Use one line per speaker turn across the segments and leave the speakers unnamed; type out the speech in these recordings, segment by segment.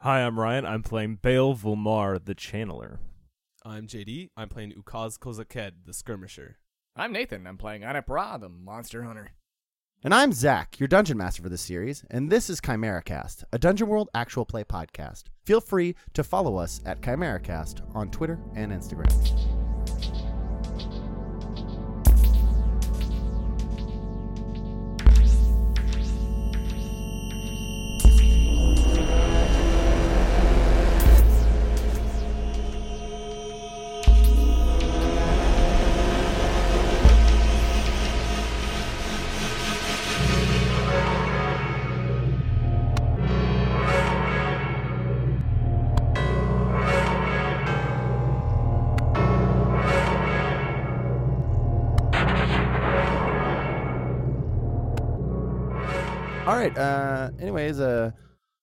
Hi, I'm Ryan. I'm playing Bale Vulmar, the Channeler.
I'm JD. I'm playing Ukaz Kozaked, the Skirmisher.
I'm Nathan. I'm playing Anip Ra, the monster hunter.
And I'm Zach, your dungeon master for this series, and this is ChimeraCast, a Dungeon World actual play podcast. Feel free to follow us at ChimeraCast on Twitter and Instagram. All right. Uh, anyways, uh,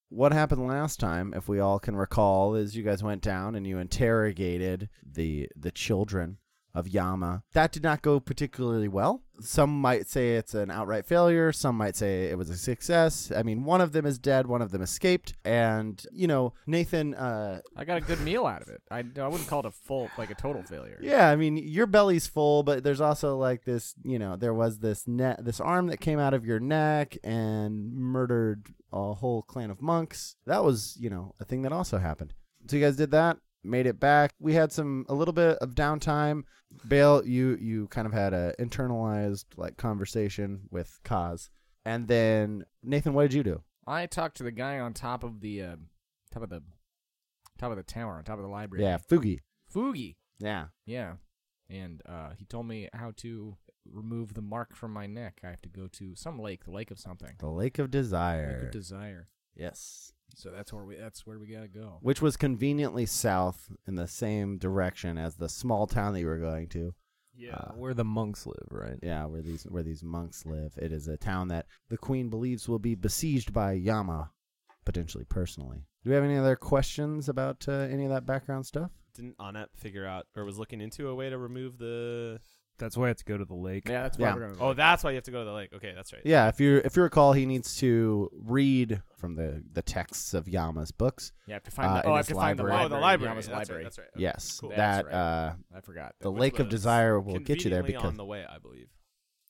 what happened last time, if we all can recall, is you guys went down and you interrogated the the children of Yama. That did not go particularly well. Some might say it's an outright failure. Some might say it was a success. I mean, one of them is dead. One of them escaped. And you know, Nathan. Uh,
I got a good meal out of it. I, I wouldn't call it a full, like a total failure.
yeah, I mean, your belly's full, but there's also like this, you know, there was this net, this arm that came out of your neck and murdered a whole clan of monks. That was, you know, a thing that also happened. So you guys did that, made it back. We had some a little bit of downtime. Bale, you you kind of had a internalized like conversation with Kaz, and then Nathan, what did you do?
I talked to the guy on top of the, uh, top of the, top of the tower, on top of the library.
Yeah, Fugi.
Fugi.
Yeah.
Yeah. And uh, he told me how to remove the mark from my neck. I have to go to some lake, the lake of something.
The Lake of Desire.
Lake of desire.
yes.
So that's where we. That's where we gotta go.
which was conveniently south in the same direction as the small town that you were going to.
Yeah.
Uh,
where the monks live, right?
Yeah, where these where these monks live. It is a town that the queen believes will be besieged by Yama, potentially personally. Do we have any other questions about uh, any of that background stuff?
Didn't Anep figure out or was looking into a way to remove the?
That's why I have to go to the lake.
Yeah, that's where
Yeah.
we're gonna. go.
Oh, that's why you have to go to the lake. Okay, that's right.
Yeah, if you if you recall, he needs to read from the the texts of Yama's books.
you have to find.
uh,
the,
in
oh, I
his
have to find the
library.
library.
Oh, the library.
Yama's
that's
library.
Right, that's right. Okay.
Yes,
Cool.
that
That's right.
uh,
I forgot.
the
That-
Which
Lake of
was
Desire will get you there
conveniently
because
on the way, I believe.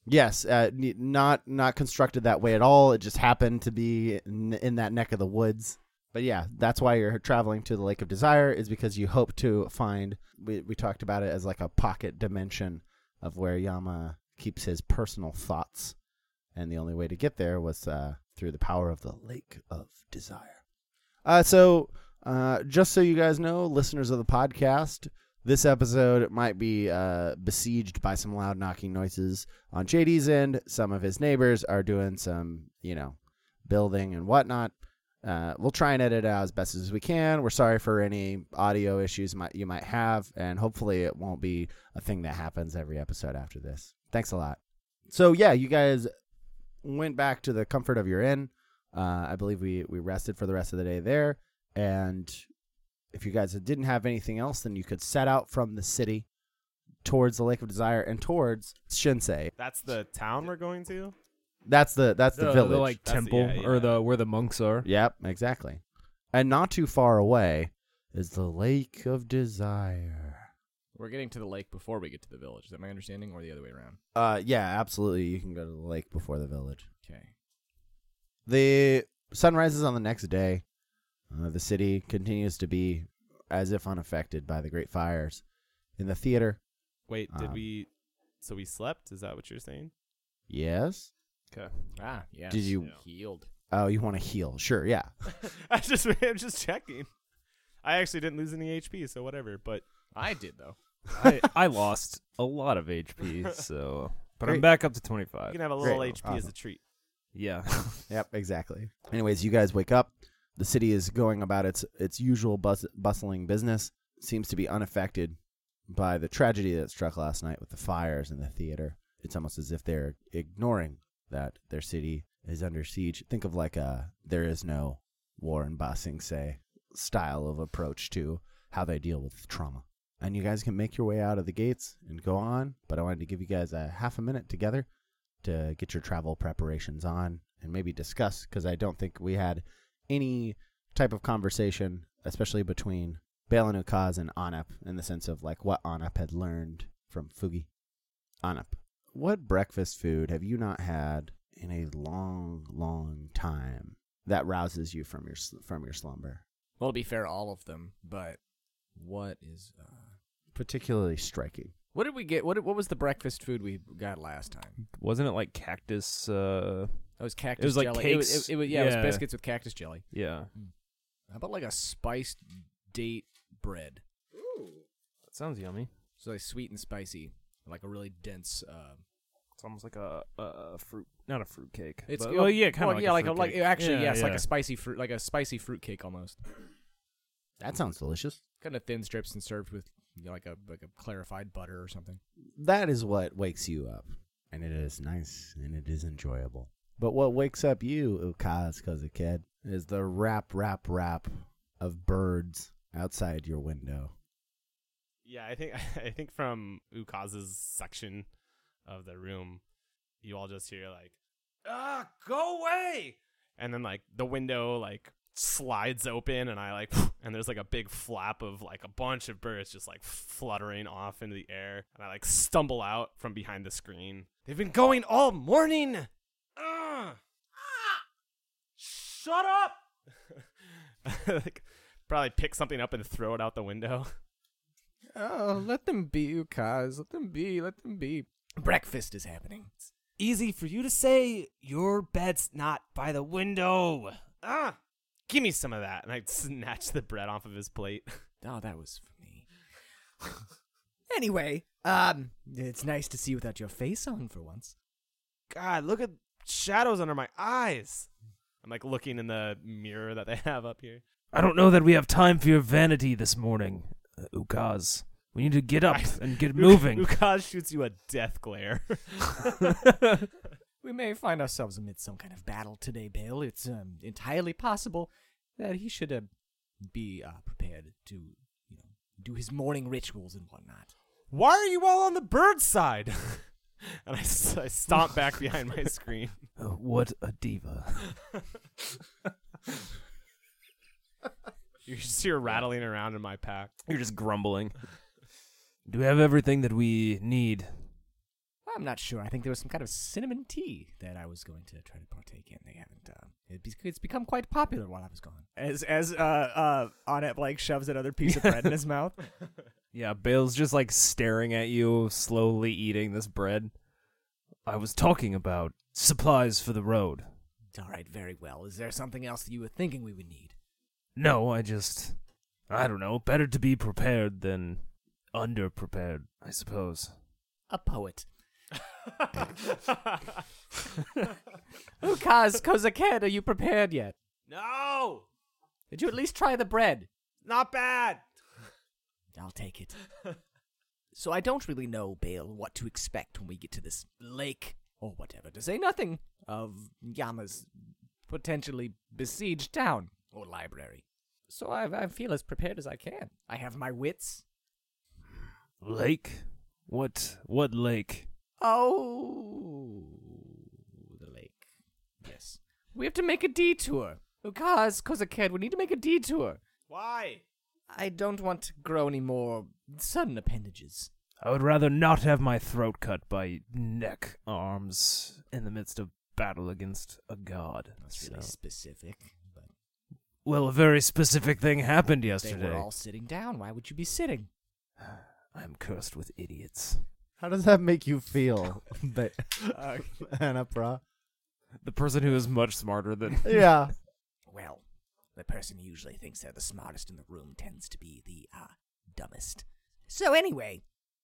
Yes, uh, n- not not constructed that way at all. It just happened to be in, in that neck of the woods. But yeah, that's why you're traveling to the Lake of Desire is because you hope to find. We we talked about it as like a pocket dimension of where Yama keeps his personal thoughts, and the only way to get there was uh, through the power of the Lake of Desire. Uh, so uh, just so you guys know, listeners of the podcast, this episode might be uh, besieged by some loud knocking noises on JD's end. Some of his neighbors are doing some, you know, building and whatnot. Uh, we'll try and edit it out as best as we can. We're sorry for any audio issues might, you might have, and hopefully it won't be a thing that happens every episode after this. Thanks a lot. So yeah, you guys went back to the comfort of your inn. Uh, I believe we we rested for the rest of the day there, and if you guys didn't have anything else, then you could set out from the city towards the Lake of Desire and towards Shinsei.
That's the town we're going to.
That's the that's the,
The,
village.
the, like
That's the-
temple
yeah,
or
yeah.
the where the monks are.
yep, exactly. And not too far away is the Lake of Desire.
We're getting to the lake before we get to the village. Is that my understanding, or the other way around?
Uh, yeah, absolutely. You can go to the lake before the village.
Okay.
The sun rises on the next day. Uh, the city continues to be as if unaffected by the great fires. In the theater,
Wait, did
Um,
we? So we slept? Is that what you're saying?
yes.
Ah, yes.
Did you-
healed?
Oh, you want to heal? Sure, yeah.
I just, I'm just checking. I actually didn't lose any HP, so whatever. But
I did though.
I, I lost a lot of HP, so but I'm
Great.
back up to
you
25.
can have a little
Great.
HP as a treat.
Yeah.
Yep, exactly. Anyways, you guys wake up. The city is going about its its usual bus- bustling business. Seems to be unaffected by the tragedy that struck last night with the fires in the theater. It's almost as if they're ignoring that their city is under siege. Think of like a there is no war in Ba Sing Se style of approach to how they deal with trauma. And you guys can make your way out of the gates and go on, but I wanted to give you guys a half a minute together to get your travel preparations on and maybe discuss because I don't think we had any type of conversation, especially between Balin Ukaz and Anup, in the sense of like what Anup had learned from Fugi. Anup, what breakfast food have you not had in a long, long time that rouses you from your sl- from your slumber?
Well, to be fair, all of them. But what is? Uh,
Particularly striking.
what did we get? What did- what was the breakfast food we got last time?
Wasn't it like cactus? Uh,
It was cactus.
was like
jelly. It was-
cakes.
It, it was yeah, It
Yeah.
was biscuits with cactus jelly.
yeah,
How about like a spiced date bread?
that sounds yummy.
So like sweet and spicy, like a really dense. Uh,
It's almost like a, a fruit, not a fruit cake.
it's
but, well, yeah, kind of
well, yeah, like,
a,
a, like
fruitcake.
actually,
yeah,
yes, like
yeah.
a spicy fruit, like a spicy fruit cake almost.
That sounds delicious.
Kind of thin strips and served with you know, like a like a clarified butter or something.
that is what wakes you up. And it is nice and it is enjoyable. But what wakes up you, oh, Ukaz Kazaked, is the rap, rap, rap of birds outside your window.
Yeah, I think I think from Ukaz's section of the room, you all just hear like, "Ah, go away!" And then like the window like slides open, and I like, and there's like a big flap of like a bunch of birds just like fluttering off into the air, and I like stumble out from behind the screen. They've been going all morning. Ugh. Ah! Shut up! like, probably pick something up and throw it out the window.
Oh, let them be, Ukaz. Let them be. Let them be. Breakfast is happening.
easy for you to say your bed's not by the window. Ah, give me some of that. And I snatch the bread off of his plate.
Oh, that was for me. anyway, um, it's nice to see you without your face on for once.
God, look at shadows under my eyes. I'm like looking in the mirror that they have up here.
I don't know that we have time for your vanity this morning, uh, Ukaz. We need to get up
I-
and get
Uk-
moving.
Ukaz shoots you a death glare.
We may find ourselves amidst some kind of battle today, Bale. It's um, entirely possible that he should uh, be uh, prepared to, you know, do his morning rituals and whatnot.
Why are you all on the bird side? and I, s- I stomp back behind my screen.
Uh, what a diva.
You just hear rattling around in my pack.
You're just grumbling. Do we have everything that we need?
I'm not sure. I think there was some kind of cinnamon tea that I was going to try to partake in. They haven't. Uh, it be- it's become quite popular while I was gone. As as uh uh Onet like shoves another piece of bread in his mouth.
Yeah, Bale's just like staring at you, slowly eating this bread. I was talking about supplies for the road.
All right, very well. Is there something else that you were thinking we would need?
No, I just. I don't know. Better to be prepared than underprepared, I suppose.
A poet. Ukaz Kozaked, are you prepared yet?
No,
Did you at least try the bread?
not bad.
I'll take it. so I don't really know, Bale, what to expect when we get to this lake or whatever, to say nothing of Yama's potentially besieged town or library. So I, I feel as prepared as I can. I have my wits.
Lake? What? What lake?
Oh, the lake. Yes. We have to make a detour. Ukaz, Kozaked, we need to make a detour.
Why?
I don't want to grow any more sudden appendages.
I would rather not have my throat cut by neck arms in the midst of battle against a god.
That's really
So-
specific, but
Well, a very specific thing happened
They
yesterday.
were all sitting down. Why would you be sitting?
I'm cursed with idiots.
How does that make you feel, but Anapra?
The person who is much smarter than.
Yeah.
Well, the person who usually thinks they're the smartest in the room tends to be the uh, dumbest. So anyway,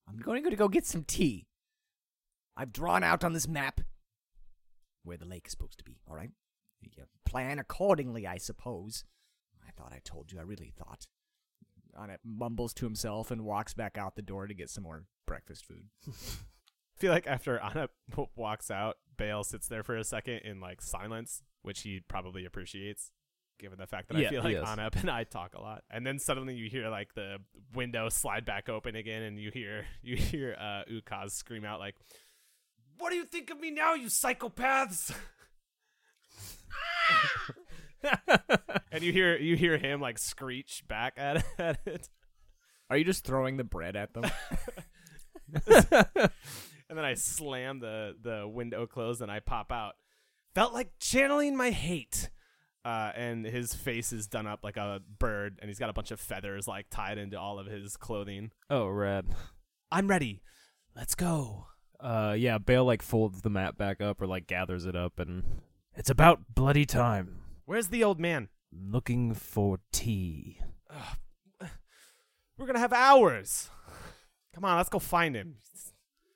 I'm going to go get some tea. I've drawn out on this map where the lake is supposed to be. All right, you plan accordingly, I suppose. I thought I told you. I really thought. Anna mumbles to himself and walks back out the door to get some more breakfast food.
I feel like after Anna w- walks out, Bale sits there for a second in like silence, which he probably appreciates, given the fact that I
Yeah,
feel like
yes.
Anna and I talk a lot. And then suddenly you hear like the window slide back open again, and you hear you hear uh, Ukaz scream out like, "What do you think of me now, you psychopaths?" and you hear you hear him like screech back at, at it,
Are you just throwing the bread at them?
and then I slam the the window closed and I pop out. Felt like channeling my hate. Uh, and his face is done up like a bird, and he's got a bunch of feathers like tied into all of his clothing.
oh, rad.
I'm ready. Let's go.
Uh, yeah, Bale like folds the map back up or like gathers it up, and it's about bloody time.
Where's the old man?
Looking for tea.
We're gonna have hours. Come on, let's go find him. He's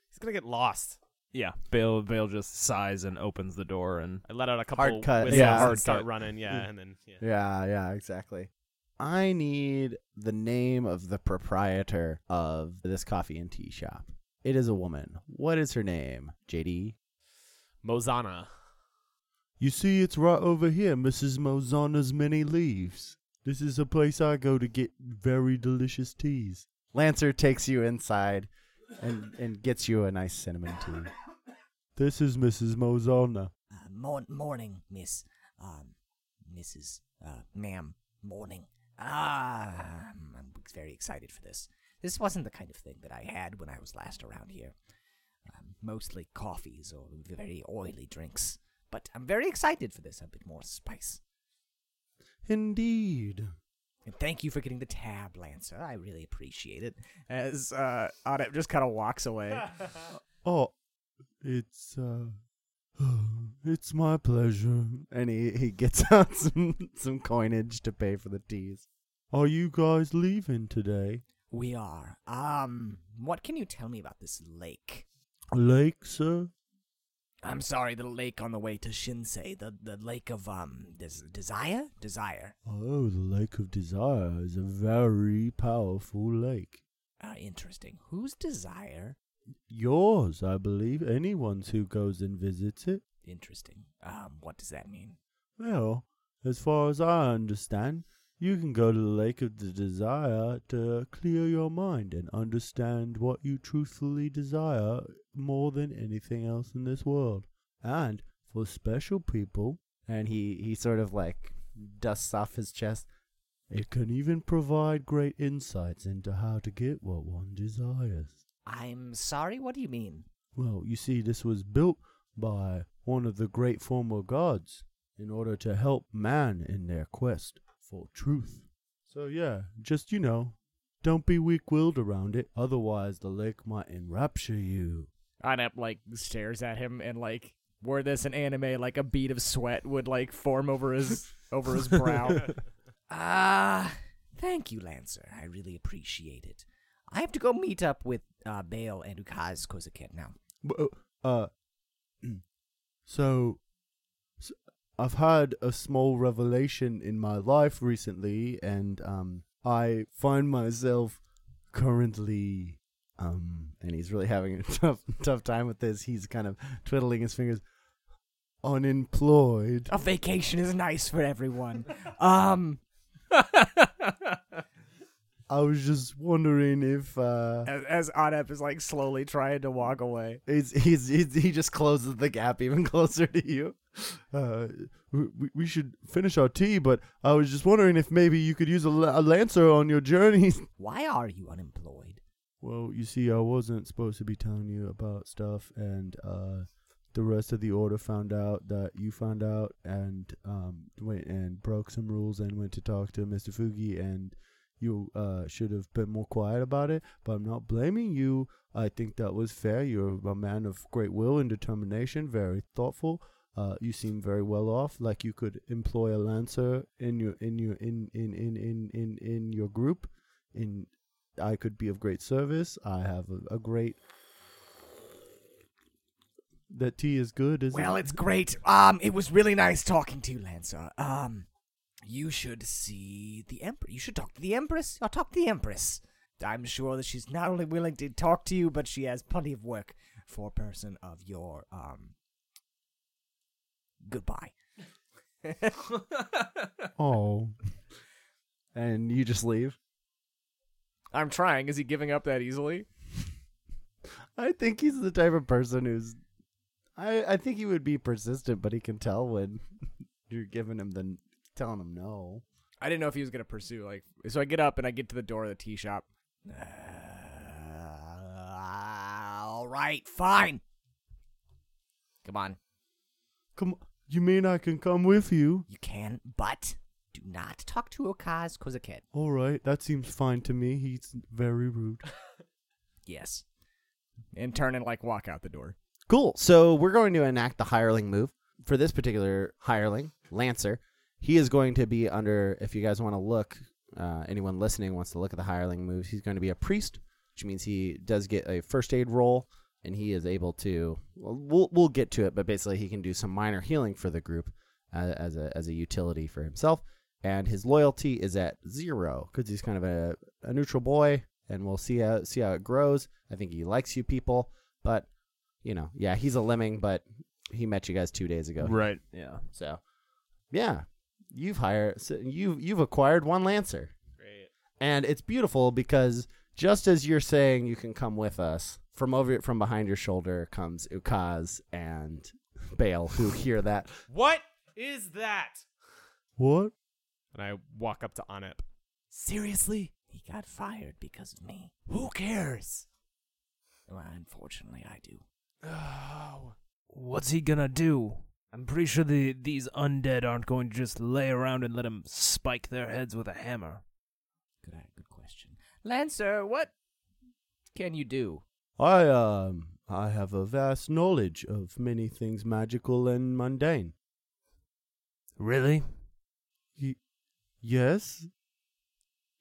he's gonna get lost.
Yeah, Bale Bale just sighs and opens the door, and
I let out a couple
Hard cut,
whistles
yeah.
and
Hard
start
cut.
running. Yeah, and then yeah.
Yeah, yeah, exactly. I need the name of the proprietor of this coffee and tea shop. It is a woman. What is her name? JD.
Mozana.
You see, it's right over here, Mrs. Mozana's Many Leaves. This is a place I go to get very delicious teas. Lancer takes you inside and, and gets you a nice cinnamon tea. This is Mrs. Mozana.
Uh, mor- morning, Miss. Um, Mrs. Uh, ma'am. Morning. Ah, I'm- I'm very excited for this. This wasn't the kind of thing that I had when I was last around here. Um, mostly coffees or very oily drinks. But I'm very excited for this. A bit more spice.
Indeed.
And thank you for getting the tab, Lancer. I really appreciate it.
As uh, Autumn just kind of walks away.
Oh, it's uh, it's my pleasure. And he he gets out some some coinage to pay for the teas. Are you guys leaving today?
We are. Um, what can you tell me about this lake?
Lake, sir.
I'm sorry, the lake on the way to Shinsei, the the lake of um des- desire, desire.
Oh, the Lake of Desire is a very powerful lake.
Uh, interesting. Whose desire?
Yours, I believe. Anyone's who goes and visits it.
Interesting. Um, what does that mean?
Well, as far as I understand, you can go to the Lake of the Desire to clear your mind and understand what you truthfully desire more than anything else in this world. And for special people, and he, he sort of like dusts off his chest, it can even provide great insights into how to get what one desires.
I'm sorry. What do you mean?
Well, you see, this was built by one of the great former gods in order to help man in their quest for truth. So, yeah, just, you know, don't be weak willed around it, otherwise, the lake might enrapture you.
Autumn like stares at him and like, were this an anime, like a bead of sweat would like form over his over his brow.
Ah, thank you, Lancer. I really appreciate it. I have to go meet up with uh, Bale and Ukaz Kozaket now.
But, uh, uh, so, s I've had a small revelation in my life recently, and um, I find myself currently, um, and he's really having a tough, tough time with this. He's kind of twiddling his fingers, unemployed.
A vacation is nice for everyone. um,
I was just wondering if uh,
as, as Autumn is like slowly trying to walk away.
he's, he's, he's, he just closes the gap even closer to you. Uh, we, we should finish our tea, but I was just wondering if maybe you could use a, la- a lancer on your journeys.
why are you unemployed?
Well, you see, I wasn't supposed to be telling you about stuff, and uh, the rest of the order found out that you found out and um, went and broke some rules and went to talk to Mr. Fugi, and you uh, should have been more quiet about it. But I'm not blaming you. I think that was fair. You're a man of great will and determination, very thoughtful. Uh, you seem very well off. Like you could employ a lancer in your in your in in in in in, in your group, in I could be of great service. I have a, a great. That tea is good, isn't
Well,
it?
it's great. Um, it was really nice talking to you, Lancer. Um, you should see the Empress. You should talk to the Empress. I'll talk to the Empress. I'm sure that she's not only willing to talk to you, but she has plenty of work for a person of your um. Goodbye.
Oh. and you just leave.
I'm trying. Is he giving up that easily?
I think he's the type of person who's. I I think he would be persistent, but he can tell when you're giving him the
telling him no.
I didn't know if he was gonna pursue. Like, so I get up and I get to the door of the tea shop.
Uh, all right, fine. Come on.
Come, you mean I can come with you?
You can, but do not talk to Okaz Kozaked.
All right, that seems fine to me. He's very rude.
Yes.
and turn and like walk out the door.
Cool. So we're going to enact the hireling move for this particular hireling, Lancer. He is going to be under. If you guys want to look, uh, anyone listening wants to look at the hireling moves. He's going to be a priest, which means he does get a first aid roll, and he is able to. Well, we'll we'll get to it, but basically he can do some minor healing for the group uh, as a as a utility for himself. And his loyalty is at zero because he's kind of a, a neutral boy, and we'll see how see how it grows. I think he likes you people, but you know, yeah, he's a lemming, but he met you guys two days ago.
Right. Yeah.
So, yeah, you've hired, so you've you've acquired one lancer,
Great.
and it's beautiful because just as you're saying you can come with us, from over from behind your shoulder comes Ukaz and Bale, who hear that.
What is that?
What?
And I walk up to Anip.
Seriously? He got fired because of me.
Who cares?
Well, unfortunately, I do.
Oh.
What's he gonna do? I'm pretty sure the, these undead aren't going to just lay around and let him spike their heads with a hammer.
Good, uh, good question. Lancer, what can you do?
I um I have a vast knowledge of many things magical and mundane.
Really?
Yes.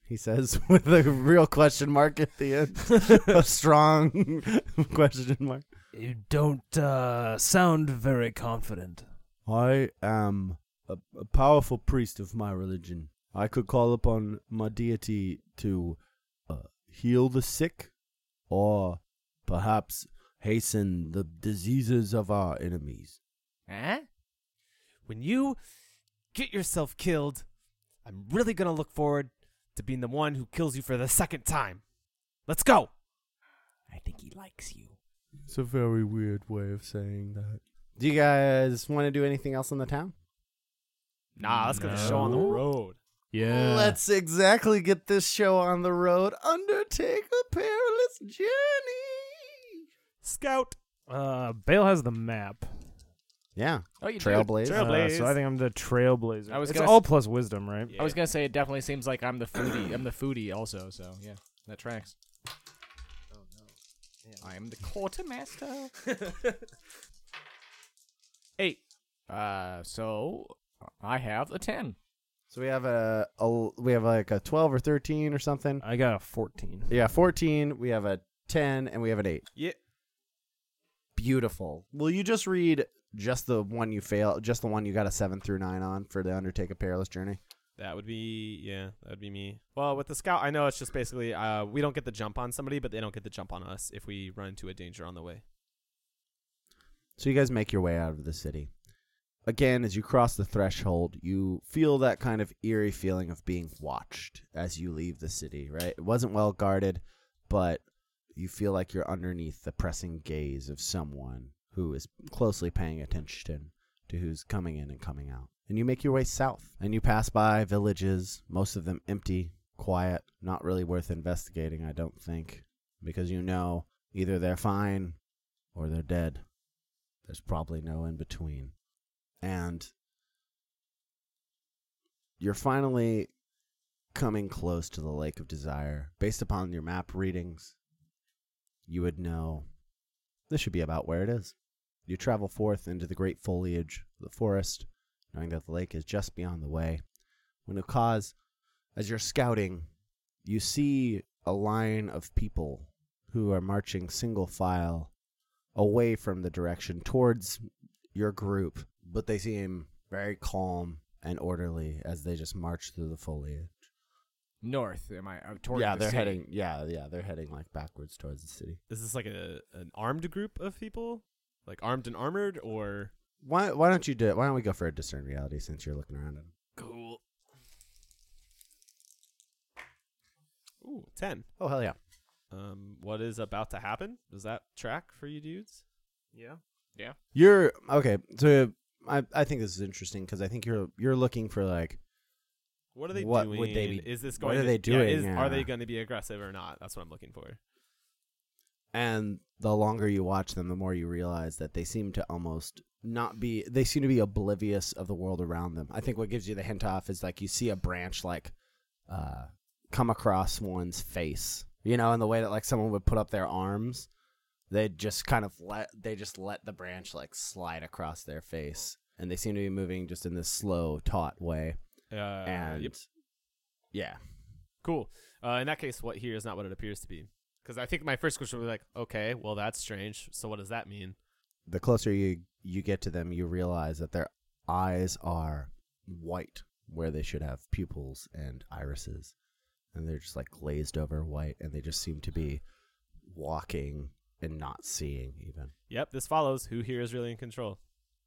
He says with a real question mark at the end. a strong question mark.
You don't uh, sound very confident.
I am a, a powerful priest of my religion. I could call upon my deity to uh, heal the sick or perhaps hasten the diseases of our enemies.
Huh?
When you get yourself killed, I'm really going to look forward to being the one who kills you for the second time. Let's go.
I think he likes you.
It's a very weird way of saying that. Do you guys want to do anything else in the town?
Nah, let's get the show on the
No.
road.
Yeah.
Let's exactly get this show on the road. Undertake a perilous journey.
Scout.
Uh, Bale has the map.
Yeah.
Oh, you
Trailblaze.
Trail- Trailblaze.
Uh, so I think I'm the trailblazer.
I was
it's
gonna
all plus wisdom, right?
I was gonna say it definitely seems like I'm the foodie. I'm the foodie also. So yeah, that tracks. Oh no, I am the quartermaster.
Eight.
uh, so I have a ten.
So we have a, a we have like a 12 or 13 or something.
I got a 14.
Yeah, 14, we have a 10 and we have an 8.
Yeah.
Beautiful. Will you just read just the one you fail just the one you got a 7 through 9 on for the undertake a perilous journey?
That would be yeah, that would be me. Well, with the scout, I know it's just basically uh, we don't get the jump on somebody, but they don't get the jump on us if we run into a danger on the way.
So you guys make your way out of the city. Again, as you cross the threshold, you feel that kind of eerie feeling of being watched as you leave the city, right? It wasn't well guarded, but you feel like you're underneath the pressing gaze of someone who is closely paying attention to who's coming in and coming out. And you make your way south, and you pass by villages, most of them empty, quiet, not really worth investigating, I don't think, because you know either they're fine or they're dead. There's probably no in between. And you're finally coming close to the Lake of Desire. Based upon your map readings, you would know this should be about where it is. You travel forth into the great foliage of the forest, knowing that the lake is just beyond the way. When Ukaz, as you're scouting, you see a line of people who are marching single file away from the direction towards your group, but they seem very calm and orderly as they just march through the foliage.
North. Am I? Uh, toward
yeah,
the
they're
city.
heading. Yeah, yeah, they're heading like backwards towards the city.
Is this like a an armed group of people, like armed and armored, or
Why? Why don't you do? it? Why don't we go for a discern reality since you're looking around? At 'em?
cool? Ooh, ten.
oh hell yeah!
Um, what is about to happen? Does that track for you dudes?
Yeah.
You're okay. So I I think this is interesting because I think you're you're looking for like
What are they
What
doing?
would they be-
Is this
what
going?
are
to-
they
yeah, is-
doing?
Are they
Yeah.
going to be aggressive or not? That's what I'm looking for.
and the longer you watch them the more you realize that they seem to almost not be they seem to be oblivious of the world around them i think what gives you the hint off is like you see a branch like uh come across one's face you know in the way that like someone would put up their arms they just kind of let they just let the branch like slide across their face and they seem to be moving just in this slow taut way
Uh,
and
yep.
yeah
Cool. Uh, in that case, what here is not what it appears to be. Because I think my first question was like, okay, well that's strange. So what does that mean?
the closer you you get to them, you realize that their eyes are white where they should have pupils and irises, and they're just like glazed over white, and they just seem to be walking and not seeing even.
Yep, this follows. Who here is really in control?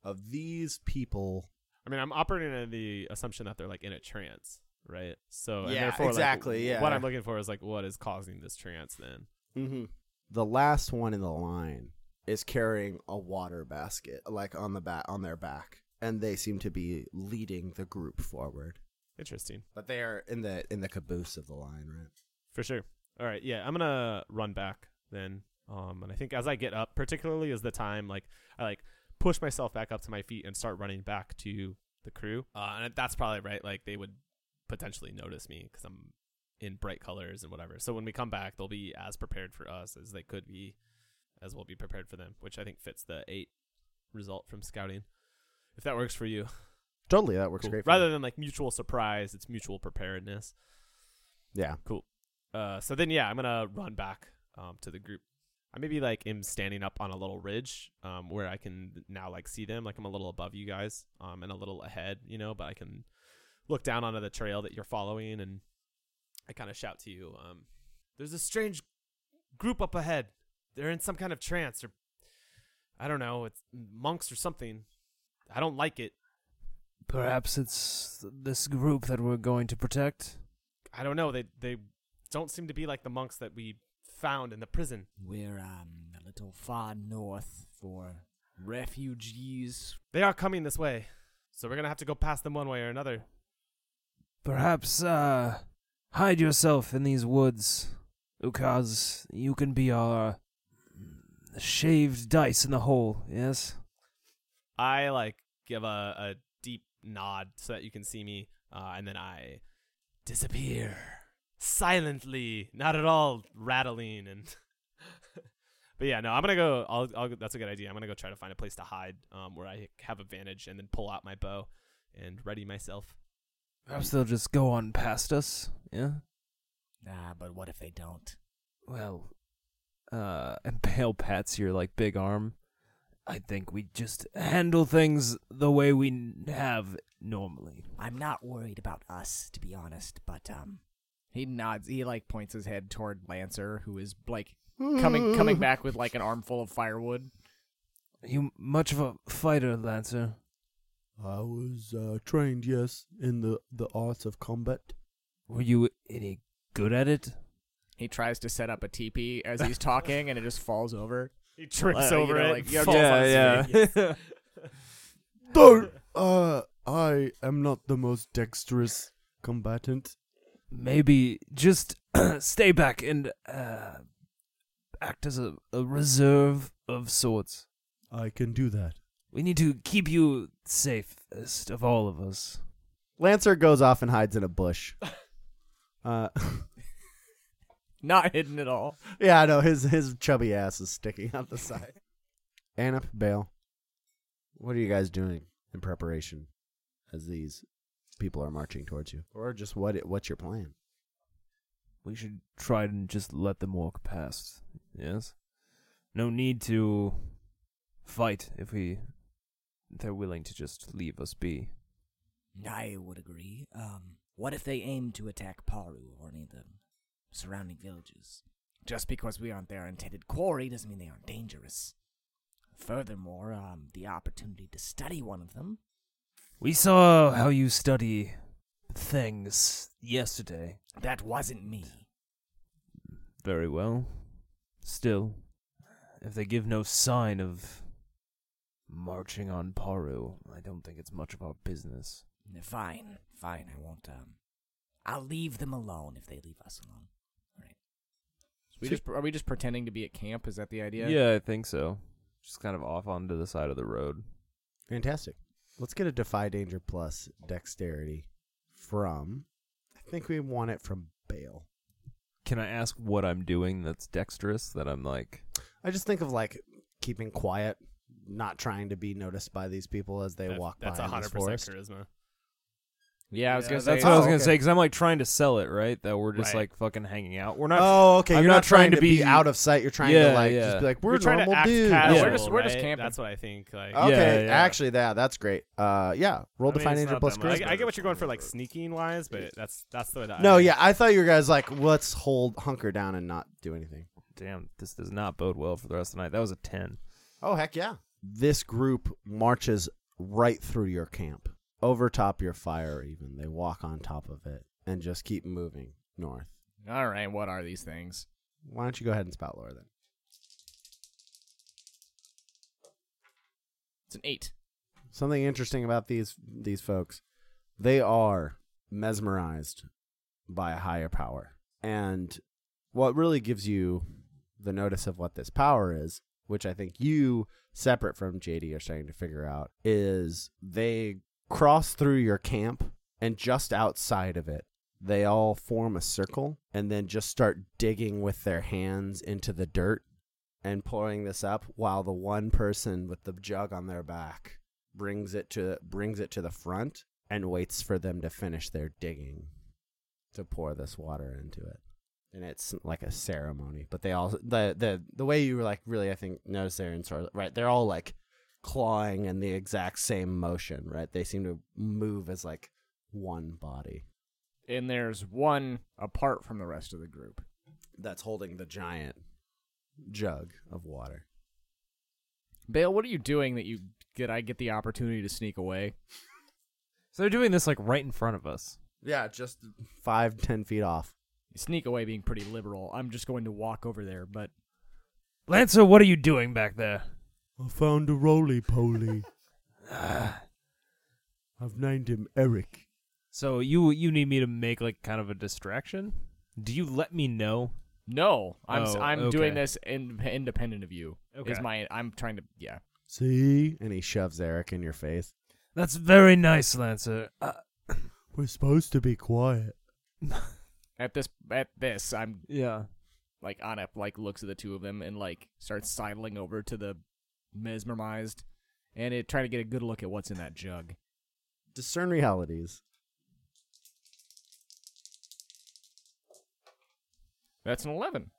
Of these people,
I mean, I'm operating under the assumption that they're like in a trance, right? So and
Yeah,
therefore, like,
exactly, yeah.
What I'm looking for is like, what is causing this trance? Then
mm-hmm. the last one in the line is carrying a water basket, like on the back on their back, and they seem to be leading the group forward.
interesting
But they are in the in the caboose of the line, right?
for sure. All right, yeah, I'm gonna run back then. Um, and I think as I get up, particularly as the time, like I like push myself back up to my feet and start running back to the crew. Uh, and that's probably right. Like they would potentially notice me because I'm in bright colors and whatever. So when we come back, they'll be as prepared for us as they could be, as we'll be prepared for them, which I think fits the eight result from scouting. If that works for you,
Totally, that works
Cool.
great. for
Rather
me.
than like mutual surprise, it's mutual preparedness.
yeah.
Uh, so then, yeah, I'm gonna run back um, to the group. I maybe like am standing up on a little ridge um, where I can now like see them. Like I'm a little above you guys um, and a little ahead, you know, but I can look down onto the trail that you're following and I kind of shout to you. Um, There's a strange group up ahead. They're in some kind of trance or I don't know, it's monks or something. I don't like it.
Perhaps it's th- this group that we're going to protect.
I don't know. They they don't seem to be like the monks that we found in the prison.
We're um, a little far north for refugees.
They are coming this way, so we're gonna have to go past them one way or another.
Perhaps uh hide yourself in these woods, Ukaz. You can be our mm, shaved dice in the hole, yes?
I like give a, a deep nod so that you can see me, uh, and then I disappear silently, not at all rattling. And but yeah, no, I'm gonna go. I'll, I'll, that's a good idea. I'm gonna go try to find a place to hide um, where I have advantage, and then pull out my bow and ready myself.
Perhaps they'll just go on past us, yeah?
Ah, but what if they don't?
Well, uh, and Pale pats your like big arm. I think we just handle things the way we n- have normally.
I'm not worried about us, to be honest, but um,
He nods. He like points his head toward Lancer, who is like
Mm-hmm.
coming coming back with like an armful of firewood.
Are you much of a fighter, Lancer?
I was uh, trained, yes, in the the arts of combat.
Were you any good at it?
He tries to set up a teepee as he's talking, and it just falls over.
He trips
Uh, you
over
know,
it.
like,
and
yeah,
falls on his
yeah,
face.
Don't. Uh, I am not the most dexterous combatant.
Maybe just stay back and uh, act as a, a reserve of sorts.
I can do that.
We need to keep you safest of all of us.
Lancer goes off and hides in a bush. Uh,
Not hidden at all.
yeah, I know his his chubby ass is sticking out the side. Anup, Bale, what are you guys doing in preparation as these people are marching towards you, or just what it, what's your plan?
We should try and just let them walk past. Yes? No need to fight if we they're willing to just leave us be.
I would agree. Um, what if they aim to attack Paru or any of the surrounding villages? Just because we aren't their intended quarry doesn't mean they aren't dangerous. Furthermore, um, the opportunity to study one of them.
We saw how you study things yesterday.
That wasn't me.
Very well. Still, if they give no sign of marching on Paru, I don't think it's much of our business.
Fine, fine. I won't um,
I'll leave them alone if they leave us alone.
we just, are we just pretending to be at camp? Is that the idea?
Yeah, I think so. Just kind of off onto the side of the road.
Fantastic. Let's get a Defy Danger Plus dexterity from. I think we want it from Bale.
Can I ask what I'm doing that's dexterous? That I'm like,
I just think of like keeping quiet, not trying to be noticed by these people as they
That-
walk
That's
by. in this
100%
forest.
charisma.
Yeah, I was gonna say
that's what I was
Oh,
gonna
okay.
say because I'm like trying to sell it, right? That we're just
Right.
like fucking hanging out. We're not.
Oh, okay.
I'm
You're not, trying, to be,
be-
out of sight. You're trying to
Yeah,
like
yeah.
just be like we're
You're trying
normal
to act
dudes.
casual,
Yeah.
We're just- we're just
right?
camping.
That's what I think. Like,
Yeah,
Okay,
yeah.
actually, that that's great. Uh, yeah, roll
I mean,
Defy
it's
Danger
not
plus
that much.
charisma.
I, I get what you're going for, like sneaking wise, but that's that's the way that. I
No,
read it.
yeah, I thought you guys like let's hold hunker down and not do anything.
Damn, this does not bode well for the rest of the night. That was a ten.
Oh heck yeah! This group marches right through your camp, over top your fire. Even they walk on top of it and just keep moving north.
All right, what are these things?
Why don't you go ahead and spout lore then?
It's an eight.
Something interesting about these these folks, they are mesmerized by a higher power. And what really gives you the notice of what this power is, which I think you separate from JD are starting to figure out, is they cross through your camp and just outside of it, they all form a circle and then just start digging with their hands into the dirt and pouring this up while the one person with the jug on their back brings it to brings it to the front and waits for them to finish their digging to pour this water into it and it's like a ceremony but they all the the the way you were like really i think notice they're in sort of right they're all like clawing in the exact same motion right they seem to move as like one body
And there's one apart from the rest of the group.
that's holding the giant jug of water
Bale, what are you doing that you did I get the opportunity to sneak away?
So they're doing this like right in front of us.
yeah just five ten feet off
Sneak away being pretty liberal. I'm just going to walk over there, but
Lancer, what are you doing back there?
I found a roly poly. I've named him Eric.
So you you need me to make like kind of a distraction? Do you let me know?
no, I'm s
Oh,
am doing
okay.
this in, independent of you. Is
Okay.
my I'm trying to yeah.
See,
and he shoves eric in your face
That's very nice, Lancer. Uh,
we're supposed to be quiet.
At this at this I'm
yeah.
like Anep like looks at the two of them and like starts sidling over to the mesmerized and it trying to get a good look at what's in that jug.
discern realities
That's an 11.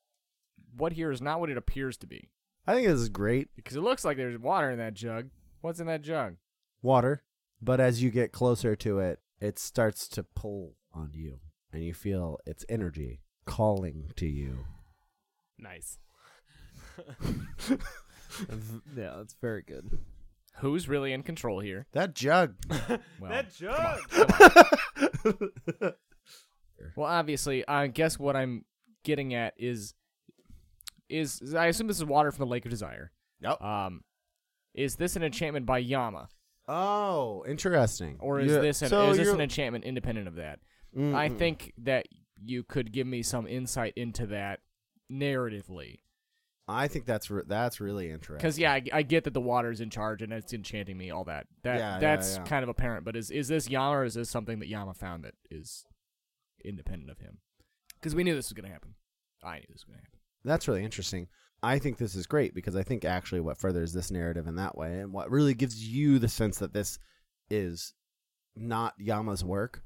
What here is not what it appears to be.
i think this is great
Because it looks like there's water in that jug. What's in that jug?
water, but as you get closer to it, it starts to pull on you, and you feel its energy calling to you.
Nice.
yeah, that's very good.
Who's really in control here?
That jug.
Well,
that jug.
well obviously, I guess what I'm getting at is is is- I assume this is water from the Lake of Desire.
Yep.
Um is this an enchantment by Yama
Oh, interesting.
or is
Yeah,
this an,
so
is this
you're-
an enchantment independent of that?
Mm,
I
mm.
think that you could give me some insight into that narratively.
I think that's re- that's really interesting.
Because yeah, I, I get that the water's in charge and it's enchanting me, all that. That
Yeah, yeah,
that's
yeah.
kind of apparent. But is is this Yama or is this something that Yama found that is independent of him? Because we knew this was gonna happen. I knew this was gonna happen.
That's really interesting. I think this is great because I think actually what furthers this narrative in that way and what really gives you the sense that this is not Yama's work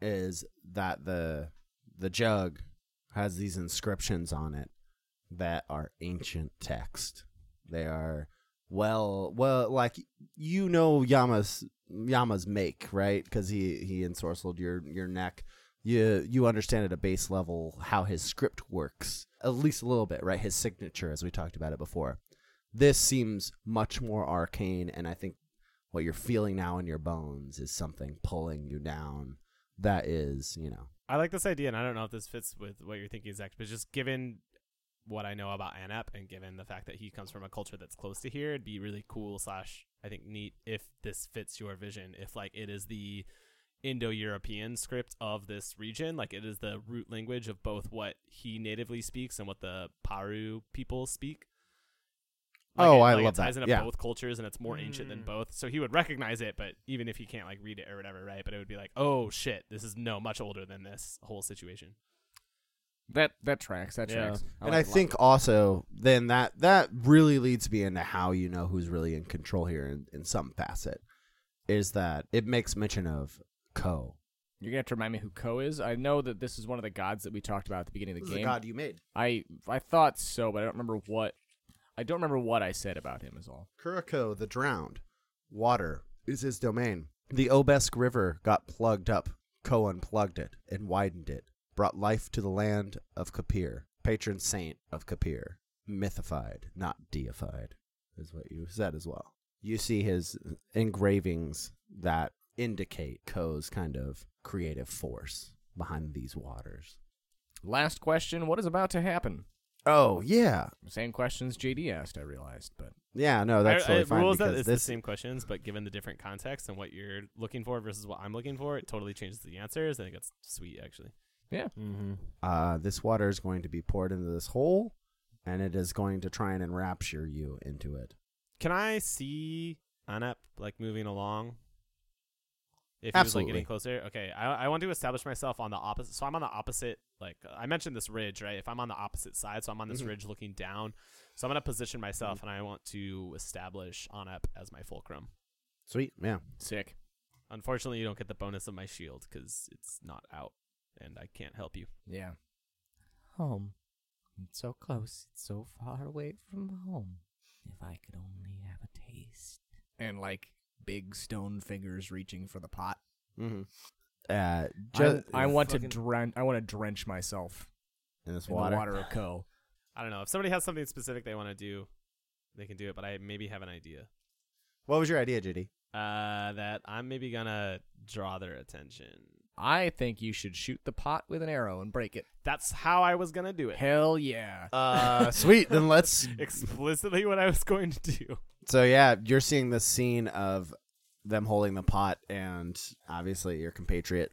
is that the the jug has these inscriptions on it that are ancient text. They are well well like you know Yama's Yama's make, right? Cuz he he ensorcelled your your neck you you understand at a base level how his script works at least a little bit right his signature as we talked about it before this seems much more arcane and i think what you're feeling now in your bones is something pulling you down that is you know
I like this idea, and I don't know if this fits with what you're thinking, Zach, but just given what I know about Anep and given the fact that he comes from a culture that's close to here, it'd be really cool slash I think neat if this fits your vision. If like it is the Indo-European script of this region. Like it is the root language of both what he natively speaks and what the Paru people speak.
Oh,
it-
I
like,
love
it ties
that.
into
Yeah.
both cultures, and it's more ancient than
Mm.
both. So he would recognize it, but even if he can't like read it or whatever, right? But it would be like, oh shit, this is no much older than this whole situation.
That that tracks. That
Yeah.
tracks.
and
like
I
it a lot.
think also then that that really leads me into how you know who's really in control here in, in some facet is that it makes mention of Ko.
you're gonna have to remind me who Ko is. I know that this is one of the gods that we talked about at the beginning of the game.
you made.
I I thought so, but I don't remember what. I don't remember what I said about him. Is all.
Kuroko the drowned. Water is his domain. The Obesk River got plugged up. Ko unplugged it and widened it. Brought life to the land of Kapir, patron saint of Kapir. Mythified, not deified, is what you said as well. You see his engravings that indicate Ko's kind of creative force behind these waters.
Last question: What is about to happen?
Oh, yeah.
Same questions JD asked. I realized, but
Yeah, no, Oh, that's
I-
totally
it
fine.
rules that
because
it's
this,
the same questions, but given the different context and what you're looking for versus what I'm looking for, it totally changes the answers. I think that's sweet, actually.
Mm-hmm.
uh, this water is going to be poured into this hole and it is going to try and enrapture you into it.
Can I see Anup like moving along? If he was like
Absolutely.
getting closer, okay. I, I want to establish myself on the opposite. So I'm on the opposite. Like I mentioned, this ridge, right? If I'm on the opposite side, so I'm on this
Mhm.
ridge looking down. So I'm gonna position myself, and I want to establish Anup as my fulcrum.
Sweet, yeah.
sick.
Unfortunately, you don't get the bonus of my shield because it's not out, and I can't help you.
Yeah.
Home. It's so close, it's so far away from home. If I could only have a taste.
And like big stone fingers reaching for the pot.
Mm-hmm. Uh,
I,
just
I want
fucking-
to dren- I want to drench myself
in this
in
water.
the water of Ko.
I don't know. If somebody has something specific they want to do, they can do it. But I maybe have an idea
What was your idea, JD?
uh, that I'm maybe gonna draw their attention.
I think you should shoot the pot with an arrow and break it.
That's how I was gonna do it.
Hell yeah!
Uh, sweet. Then let's.
Explicitly, what I was going to do.
So yeah, you're seeing this scene of them holding the pot, and obviously your compatriot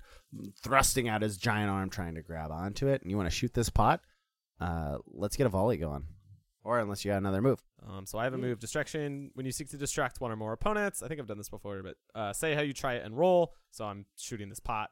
thrusting out his giant arm trying to grab onto it, and you want to shoot this pot. Uh, let's get a volley going, or unless you got another move.
Um, so I have a move, distraction. When you seek to distract one or more opponents, I think I've done this before, but uh, say how you try it and roll. So I'm shooting this pot,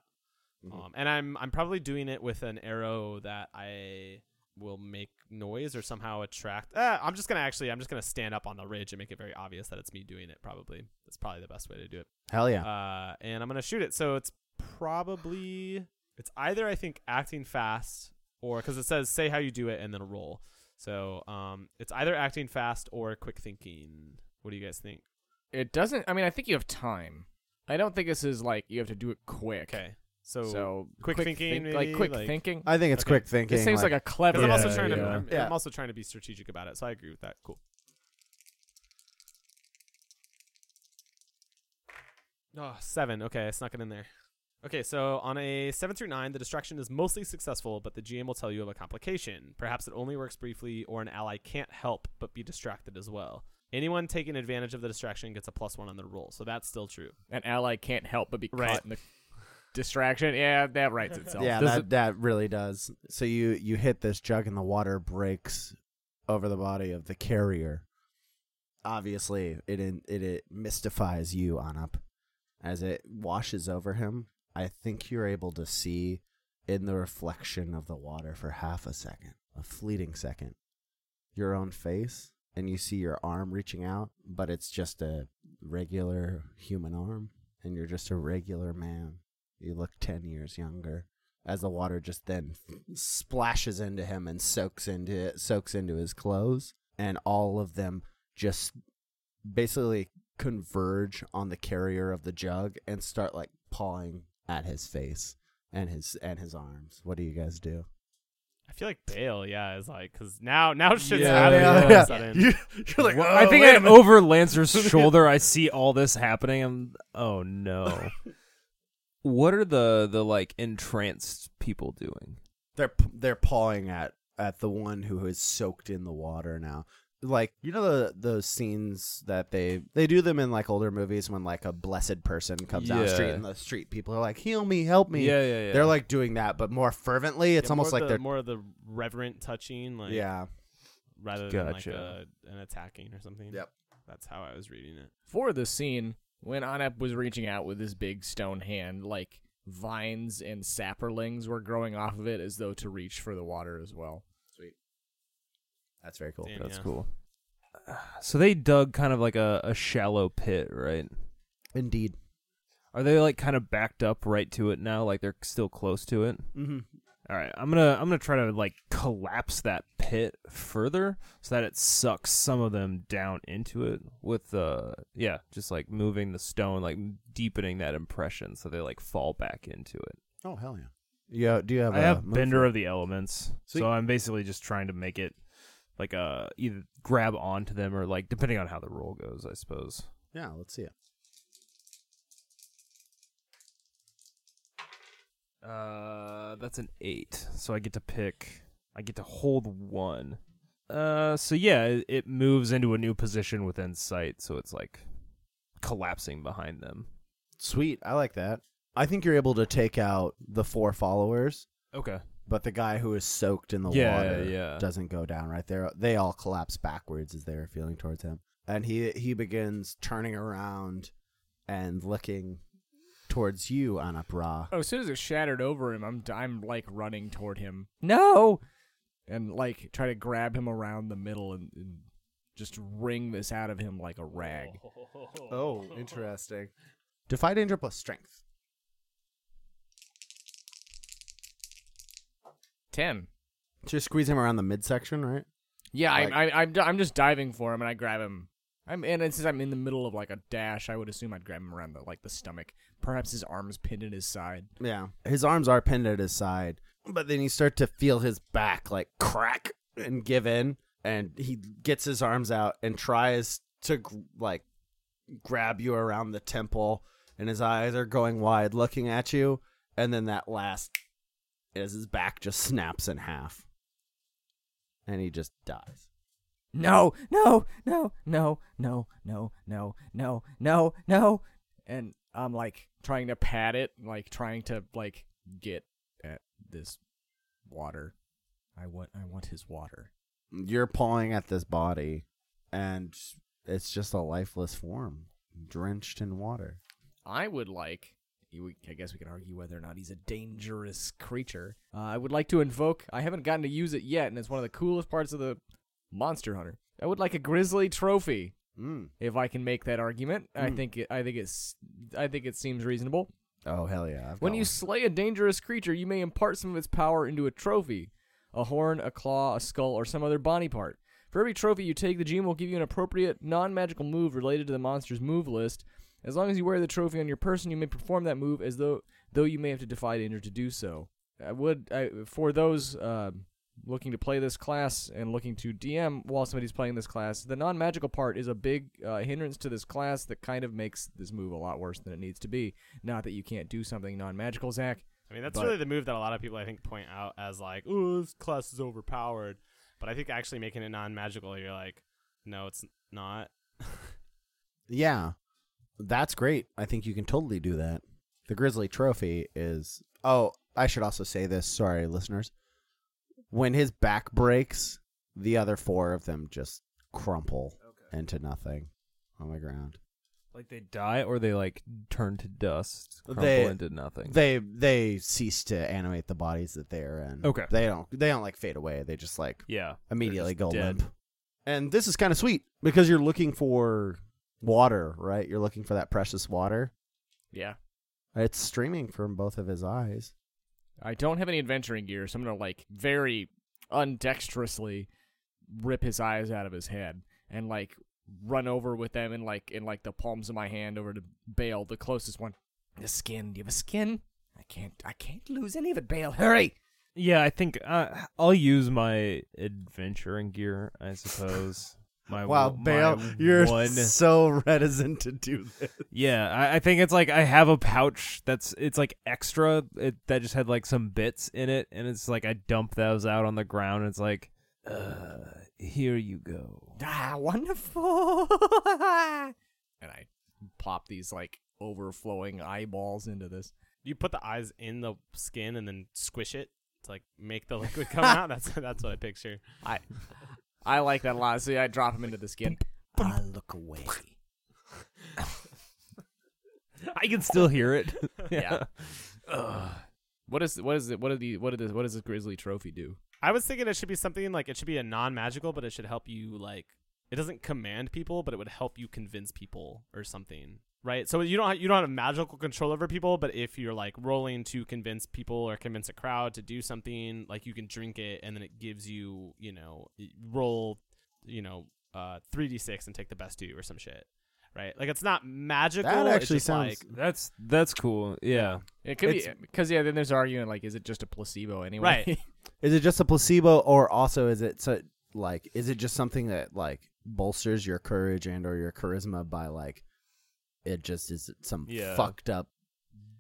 Mm-hmm.
um, and I'm I'm probably doing it with an arrow that I will make noise or somehow attract. Uh, I'm just gonna actually I'm just gonna stand up on the ridge and make it very obvious that it's me doing it. Probably that's probably the best way to do it.
Hell yeah.
Uh, and I'm gonna shoot it. So it's probably it's either I think acting fast or because it says say how you do it and then roll. So um, it's either acting fast or quick thinking. What do you guys think?
It doesn't. I mean, I think you have time. I don't think this is like you have to do it quick.
Okay, so,
So,
quick thinking,
think-
maybe,
like quick
like-
thinking.
I think it's
okay.
quick thinking.
This seems like, a clever.
because I'm also
Yeah,
trying to
yeah.
I'm,
Yeah.
I'm also trying to be strategic about it. So I agree with that. Cool. Oh, seven. Okay, I snuck it in there. Okay, so on a seven through nine, the distraction is mostly successful, but the GM will tell you of a complication. Perhaps it only works briefly, or an ally can't help but be distracted as well. Anyone taking advantage of the distraction gets a plus one on their roll, so that's still true.
An ally can't help but be
Right.
caught in the distraction. Yeah, that writes itself.
Yeah,
Does
that,
it-
that really does. So you you hit this jug and the water breaks over the body of the carrier. Obviously, it in, it, it mystifies you on up as it washes over him. I think you're able to see in the reflection of the water for half a second, a fleeting second, your own face, and you see your arm reaching out, but it's just a regular human arm, and you're just a regular man. You look 10 years younger as the water just then splashes into him and soaks into soaks into his clothes and all of them just basically converge on the carrier of the jug and start like pawing at his face and his and his arms. What do you guys do?
I feel like Bale, yeah, is like because now now shit's
Yeah,
happening all of
yeah.
a sudden.
You're like, oh,
I think
wait
I, over Lancer's shoulder, I see all this happening. I'm oh no. what are the the like entranced people doing?
They're they're pawing at at the one who is soaked in the water now. like you know the those scenes that they they do them in like older movies when like a blessed person comes down the street
Yeah.
and the street people are like heal me help me
Yeah, yeah, yeah.
they're like doing that but more fervently it's
Yeah,
almost
more
like
the,
they're
more of the reverent touching, like
yeah
rather than
Gotcha.
like a, an attacking or something.
Yep.
That's how I was reading it.
For this scene, when Anep was reaching out with his big stone hand, like vines and sapperlings were growing off of it as though to reach for the water as well.
that's very cool
Damn,
That's
yeah.
cool. So they dug kind of like a, a shallow pit, right?
indeed
Are they like kind of backed up right to it now? Like they're still close to it?
mm-hmm.
All right, I'm gonna I'm gonna try to like collapse that pit further so that it sucks some of them down into it with uh yeah just like moving the stone like deepening that impression so they like fall back into it.
oh hell yeah yeah do you have
I
a
have
move
Bender
for-
of the Elements,
Sweet.
so I'm basically just trying to make it like uh either grab onto them or like depending on how the roll goes, I suppose.
yeah let's see it
Uh, that's an eight. So I get to pick. I get to hold one. Uh, so yeah, it, it moves into a new position within sight, so it's like collapsing behind them.
sweet I like that I think you're able to take out the four followers
Okay.
but the guy who is soaked in the
Yeah,
water
yeah.
doesn't go down right there. They all collapse backwards as they're feeling towards him. And he he begins turning around and looking towards you, Anapra.
Oh, as soon as it shattered over him, I'm I'm like running toward him. No, and like try to grab him around the middle and, and just wring this out of him like a rag.
Oh, interesting. Defy danger plus strength.
Ten.
Just squeeze him around the midsection, right?
Yeah,
Like-
I, I, I'm di- I'm just diving for him and I grab him. I'm and since I'm in the middle of like a dash, I would assume I'd grab him around the like the stomach, perhaps his arms pinned at his side.
Yeah. His arms are pinned at his side, but then you start to feel his back like crack and give in. And he gets his arms out and tries to gr- like grab you around the temple. And his eyes are going wide looking at you. And then that last is his back just snaps in half. And he just dies.
No, no, no, no, no, no, no, no, no, no. And I'm like trying to pat it, like trying to like get at this water. I want I want his water.
You're pawing at this body, and it's just a lifeless form, drenched in water.
I would like you would- I guess we can argue whether or not he's a dangerous creature. Uh, I would like to invoke. I haven't gotten to use it yet, and it's one of the coolest parts of the Monster Hunter. I would like a grizzly trophy.
Mm.
if I can make that argument. I
Mm.
think it, I think it's I think it seems reasonable.
Oh, hell yeah. I've
When
got
you
one.
slay a dangerous creature, you may impart some of its power into a trophy, a horn, a claw, a skull, or some other body part. For every trophy you take, the GM will give you an appropriate non-magical move related to the monster's move list. As long as you wear the trophy on your person, you may perform that move as though though you may have to defy danger to do so. I would I, for those uh, looking to play this class and looking to DM while somebody's playing this class, the non-magical part is a big uh, hindrance to this class that kind of makes this move a lot worse than it needs to be. Not that you can't do something non-magical, Zach.
I mean, that's
But-
really the move that a lot of people I think point out as like, "Oh, this class is overpowered," but I think actually making it non-magical, you're like, "No, it's not."
Yeah. That's great. I think you can totally do that. The Grizzly Trophy is. Oh, I should also say this. Sorry, listeners. When his back breaks, the other four of them just crumple into nothing on the ground.
Like they die or they like turn to dust, crumble
They-
into nothing.
They they cease to animate the bodies that they are in.
Okay.
They don't they don't like fade away. They just like
yeah.
immediately
They're
go
just dead.
limp. And this is kind of sweet because you're looking for water, right? You're looking for that precious water.
Yeah.
It's streaming from both of his eyes.
I don't have any adventuring gear, so I'm gonna like very undexterously rip his eyes out of his head and like run over with them in like in like the palms of my hand over to Bale, the closest one. The skin. Do you have a skin? I can't. I can't lose any of it, Bale. Hurry!
Yeah, I think uh, I'll use my adventuring gear, I suppose. My
Wow,
w-
Bale,
my
you're
one
so reticent to do this.
Yeah, I, I think it's like I have a pouch that's it's like extra it, that just had like some bits in it, and it's like I dump those out on the ground. And it's like, uh, Here you go.
Ah, wonderful.
and I pop these like overflowing eyeballs into this.
You put the eyes in the skin and then squish it to like make the liquid come out. That's that's what I picture.
I I like that a lot. So yeah, I drop them into the skin.
I look away.
I can still hear it.
Yeah. What is what is it? What are the what is this? What does this grizzly trophy do?
I was thinking it should be something like it should be a non-magical, but it should help you like it doesn't command people, but it would help you convince people or something, right? So you don't have, you don't have magical control over people, but if you're like rolling to convince people or convince a crowd to do something, like you can drink it and then it gives you you know y- roll you know uh three d six and take the best two or some shit, right? Like it's not magical.
That
it's
actually
just,
sounds.
like,
that's that's cool. Yeah.
It could be
It's-
because yeah. Then there's arguing like, is it just a placebo anyway?
Right.
Is it just a placebo, or also is it so like? Is it just something that like bolsters your courage and or your charisma by like? It just is some
Yeah.
fucked up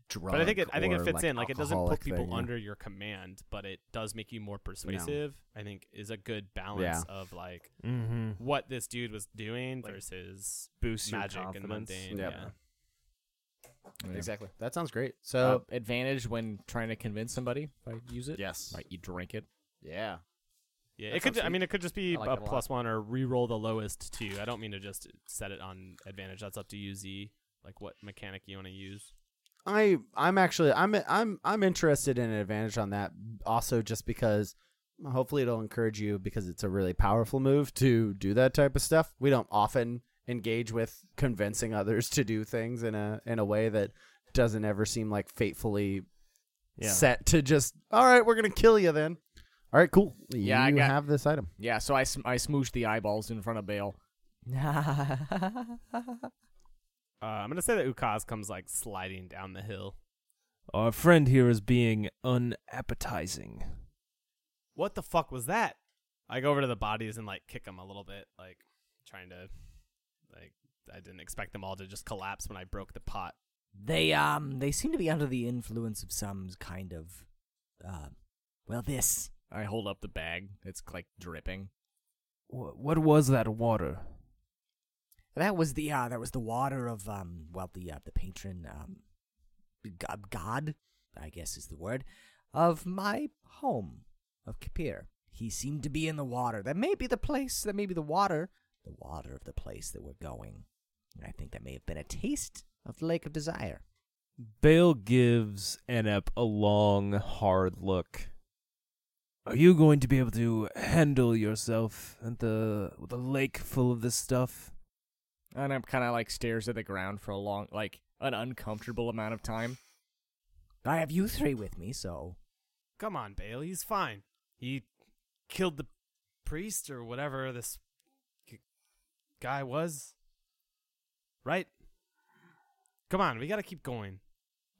drug.
but I think it I think it
or,
fits in. Like it doesn't put
alcoholic
people
thing.
under your command, but it does make you more persuasive. I think is a good balance of like
Mm-hmm.
what this dude was doing versus
Boost your
magic and
confidence.
mundane.
Yep.
Yeah.
Exactly. That sounds great. So
Uh, advantage when trying to convince somebody if I use it.
yes,
Like you drink it.
yeah.
Yeah,
That
it could.
sounds
I mean, it could just be
I like
a
it a lot.
plus one or re-roll the lowest two. I don't mean to just set it on advantage. That's up to you, Z. Like what mechanic you want to use.
I I'm actually I'm I'm I'm interested in an advantage on that. Also, just because hopefully it'll encourage you because it's a really powerful move to do that type of stuff. We don't often engage with convincing others to do things in a in a way that doesn't ever seem like fatefully
Yeah.
set to just all right. We're gonna kill you then. All right, cool.
Yeah, I
you
got-
have this item.
Yeah. So I sm- I smoosh the eyeballs in front of Bale.
Uh, I'm gonna say that Ukaz comes like sliding down the hill.
Our friend here is being unappetizing.
What the fuck was that? I go over to the bodies and like kick them a little bit, like trying to, like I didn't expect them all to just collapse when I broke the pot.
They um they seem to be under the influence of some kind of uh well this.
I hold up the bag. It's like dripping.
Wh- what was that water?
That was the uh that was the water of um well the uh, the patron um go- god I guess is the word of my home of Kapir. He seemed to be in the water. That may be the place. That may be the water. The water of the place that we're going. And I think that may have been a taste of the Lake of Desire.
Bale gives Anep a long, hard look. Are you going to be able to handle yourself at the the lake full of this stuff?
And I'm kind of like stares at the ground for a long, like an uncomfortable amount of time.
I have you three with me, so
Come on, Bale, he's fine. He killed the priest or whatever this g- guy was. Right? Come on, we gotta keep going.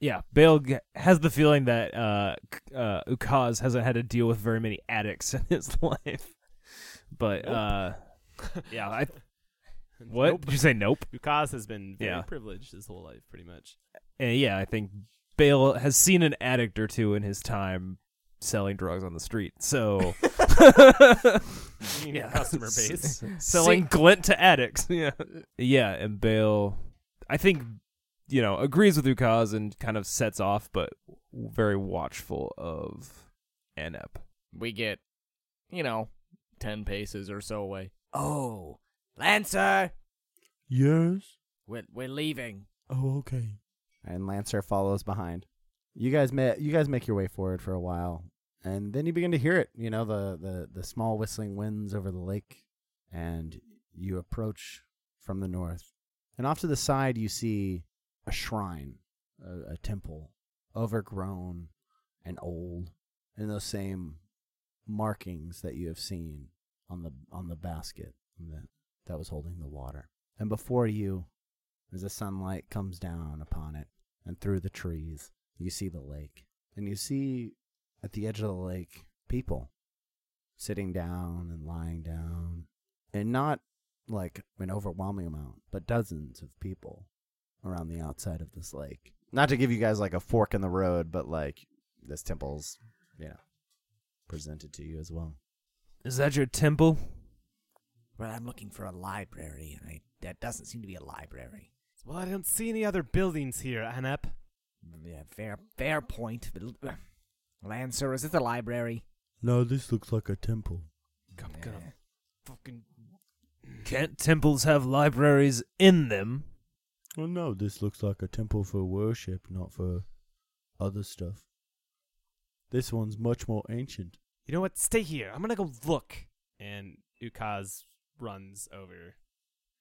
Yeah, Bale g- has the feeling that uh, K- uh, Ukaz hasn't had to deal with very many addicts in his life. But uh, yeah, I, what
Nope.
did you say? Nope.
Ukaz has been very
Yeah.
privileged his whole life, pretty much.
Uh, yeah, I think Bale has seen an addict or two in his time selling drugs on the street. So
You mean your customer base.
selling glint to addicts. Yeah, yeah, and Bale, I think, you know, agrees with Ukaz and kind of sets off, but very watchful of Anep.
We get, you know, ten paces or so away.
Oh, Lancer,
Yes.
we're, we're leaving.
Oh, okay.
And Lancer follows behind. You guys ma- you guys make your way forward for a while, and then you begin to hear it. You know the the the small whistling winds over the lake, and you approach from the north. And off to the side, you see a shrine, a, a temple, overgrown and old, and those same markings that you have seen on the on the basket that that was holding the water. And before you, as the sunlight comes down upon it and through the trees, you see the lake. And you see at the edge of the lake people sitting down and lying down. And not like an overwhelming amount, but dozens of people around the outside of this lake. Not to give you guys like a fork in the road, but like this temple's, you know, presented to you as well.
Is that your temple?
Well, I'm looking for a library, and I, that doesn't seem to be a library.
Well, I don't see any other buildings here, Anep.
Mm, Yeah, fair, fair point. But, uh, Lancer, is it the library?
Now this looks like a temple.
I'm gonna fucking.
Can't temples have libraries in them?
Well, no, this looks like a temple for worship, not for other stuff. This one's much more ancient.
You know what? Stay here. I'm gonna go look. And Ukaz runs over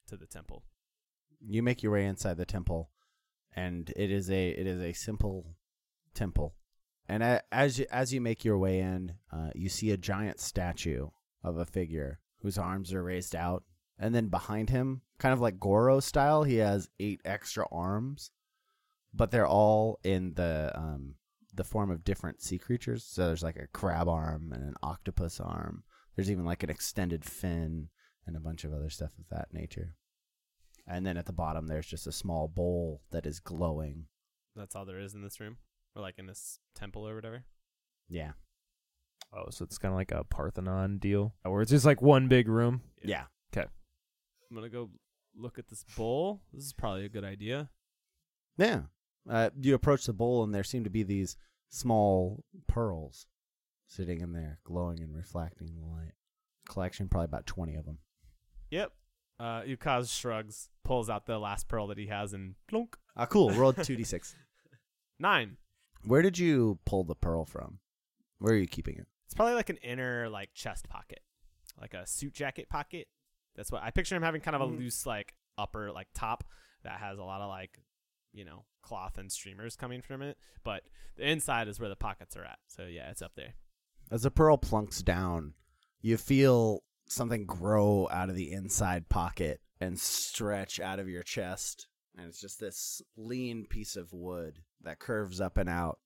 to the temple.
You make your way inside the temple, and it is a it is a simple temple. And a- as you, as you make your way in, uh, you see a giant statue of a figure whose arms are raised out, and then behind him, kind of like Goro style, he has eight extra arms, but they're all in the um, the form of different sea creatures. So there's like a crab arm and an octopus arm. There's even like an extended fin and a bunch of other stuff of that nature. And then at the bottom, there's just a small bowl that is glowing.
That's all there is in this room, or like in this temple or whatever.
Yeah.
Oh, so it's kind of like a Parthenon deal, where it's just like one big room.
Yeah.
I'm gonna go look at this bowl. This is probably a good idea.
Yeah. Uh, you approach the bowl, and there seem to be these small pearls sitting in there, glowing and reflecting the light. Collection, probably about 20 of them.
Yep. Uh, Ukaz shrugs, pulls out the last pearl that he has, and plonk.
Ah, cool. Roll 2d6.
Nine.
Where did you pull the pearl from? Where are you keeping it?
It's probably like an inner like chest pocket, like a suit jacket pocket. That's what I picture him having. Kind of a loose like upper like top that has a lot of like you know cloth and streamers coming from it, but the inside is where the pockets are at. So yeah, it's up there.
As the pearl plunks down, you feel something grow out of the inside pocket and stretch out of your chest. And it's just this lean piece of wood that curves up and out.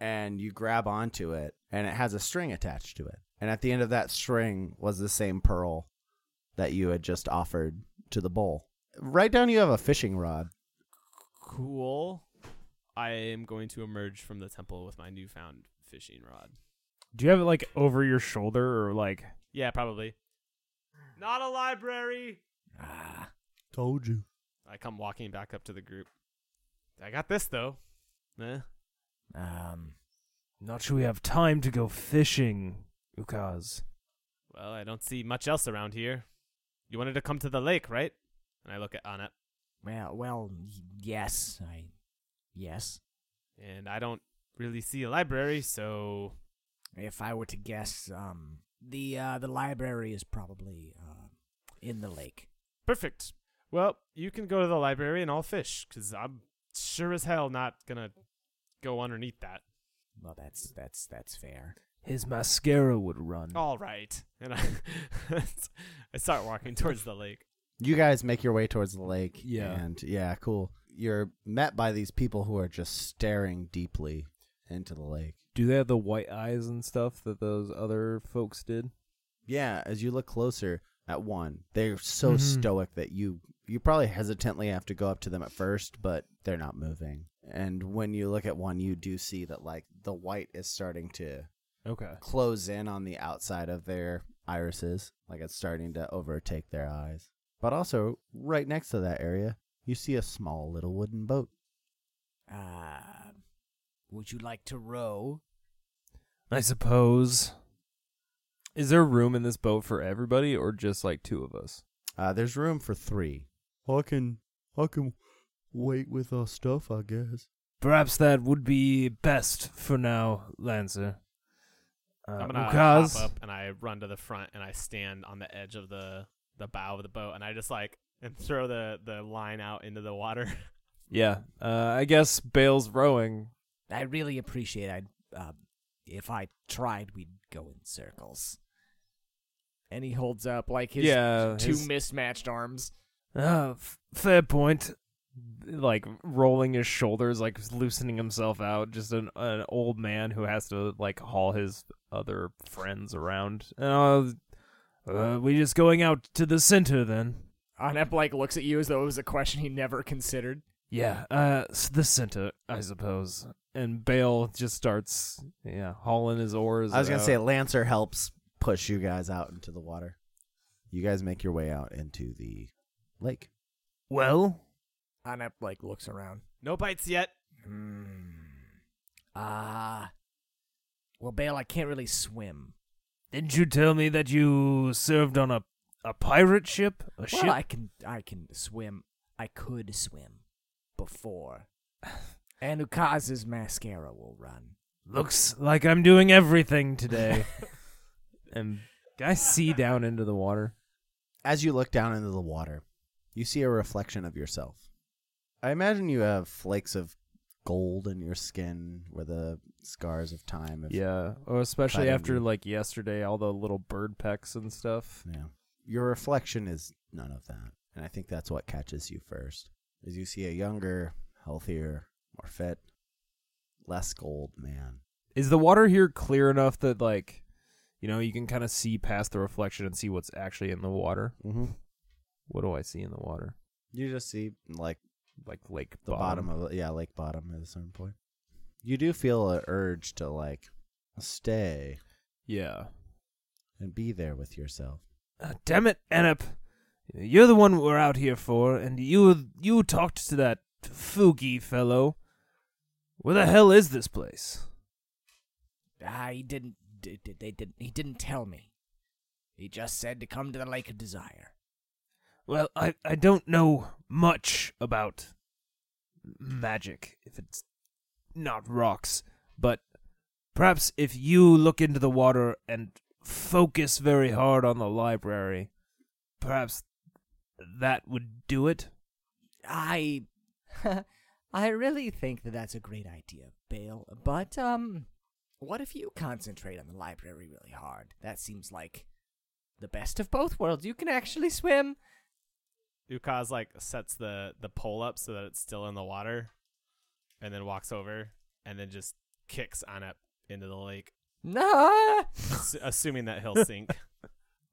And you grab onto it, and it has a string attached to it. And at the end of that string was the same pearl that you had just offered to the bowl. Right down, you have a fishing rod.
Cool. I am going to emerge from the temple with my newfound fishing rod.
Do you have it like over your shoulder or like?
Yeah, probably. Not a library.
Ah,
Told you.
I come walking back up to the group. I got this though. Eh.
um,
Not sure we have time to go fishing, Ukaz.
Well, I don't see much else around here. You wanted to come to the lake, right? And I look at Anna,
well, well, y- yes, I, yes.
and I don't really see a library, so
If I were to guess, um, the uh, the library is probably uh, in the lake.
perfect. Well, you can go to the library and I'll fish, cause I'm sure as hell not gonna go underneath that.
Well, that's that's that's fair.
His mascara would run.
All right, and I, I start walking towards the lake.
You guys make your way towards the lake.
Yeah.
And yeah, cool. You're met by these people who are just staring deeply into the lake.
Do they have the white eyes and stuff that those other folks did?
Yeah, as you look closer at one, they're so
Mhm.
stoic that you you probably hesitantly have to go up to them at first, but they're not moving. And when you look at one, you do see that like the white is starting to
Okay.
close in on the outside of their irises, like it's starting to overtake their eyes. But also, right next to that area, you see a small little wooden boat.
Uh, would you like to row?
I suppose. Is there room in this boat for everybody or just like two of us?
Uh, there's room for three.
I can, I can wait with our stuff, I guess.
Perhaps that would be best for now, Lancer. Uh,
I'm gonna
Ukaz,
hop up and I run to the front and I stand on the edge of the the bow of the boat and I just like and throw the the line out into the water.
Yeah, uh, I guess Bale's rowing.
I really appreciate. I
uh,
um, if I tried, we'd go in circles.
And he holds up like his
yeah,
two
his-
mismatched arms.
Ah, f- fair point. Like rolling his shoulders, like loosening himself out. Just an an old man who has to like haul his other friends around. Uh, uh, we just going out to the center then.
Anep like looks at you as though it was a question he never considered.
Yeah, uh, s- the center, I suppose. And Bale just starts, yeah, hauling his oars.
I was gonna
out.
say Lancer helps push you guys out into the water. you guys make your way out into the lake.
Well,
Anep like looks around.
No bites yet.
Hmm.
Uh,
Ah. well, Bale, I can't really swim.
didn't you tell me that you served on a a pirate ship? A ship?
Well, I can, I can swim. I could swim before. And Ukaza's mascara will run.
Looks like I'm doing everything today. and can I see down into the water?
As you look down into the water, you see a reflection of yourself. I imagine you have flakes of gold in your skin where the scars of time have
Yeah, or Oh, especially
Fighting
after
you.
like yesterday, all the little bird pecks and stuff.
Yeah. Your reflection is none of that. And I think that's what catches you first. Is you see a younger, healthier, more fit, less gold man.
Is the water here clear enough that like, you know, you can kind of see past the reflection and see what's actually in the water?
Mm-hmm.
What do I see in the water?
You just see like
Like lake
the bottom, of yeah, lake bottom at a certain point. You do feel a urge to like stay
Yeah.
and be there with yourself.
Uh, damn it, Anup. You're the one we're out here for, and you you talked to that Fugi fellow. Where the hell is this place?
I Ah, he didn't. d- d- They didn't. He didn't tell me. He just said to come to the Lake of Desire.
Well, I, I don't know much about magic, if it's not rocks, but perhaps if you look into the water and focus very hard on the library, perhaps that would do it.
I, I really think that that's a great idea, Bale. But um, what if you concentrate on the library really hard? That seems like the best of both worlds. You can actually swim.
Ukaz like sets the the pole up so that it's still in the water, and then walks over and then just kicks on up into the lake,
Nah.
ass- assuming that he'll sink.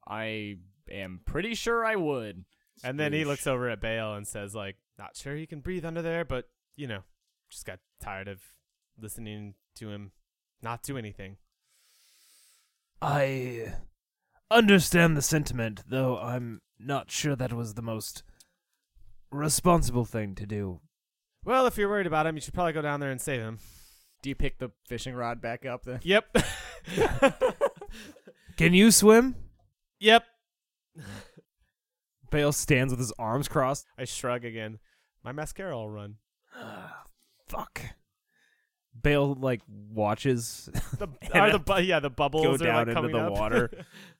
I am pretty sure I would.
And then he looks
Sploosh.
over at Bale and says, like, not sure he can breathe under there, but you know, just got tired of listening to him not do anything.
I understand the sentiment, though I'm not sure that was the most responsible thing to do.
Well, if you're worried about him, you should probably go down there and save him.
Do you pick the fishing rod back up then?
Yep.
Can you swim?
yep.
Bale stands with his arms crossed.
I shrug again. My mascara will run.
Fuck. Bale like watches.
The,
And
are
I
the bu- yeah the bubbles
go
are,
down
like,
into
coming
the
up.
water.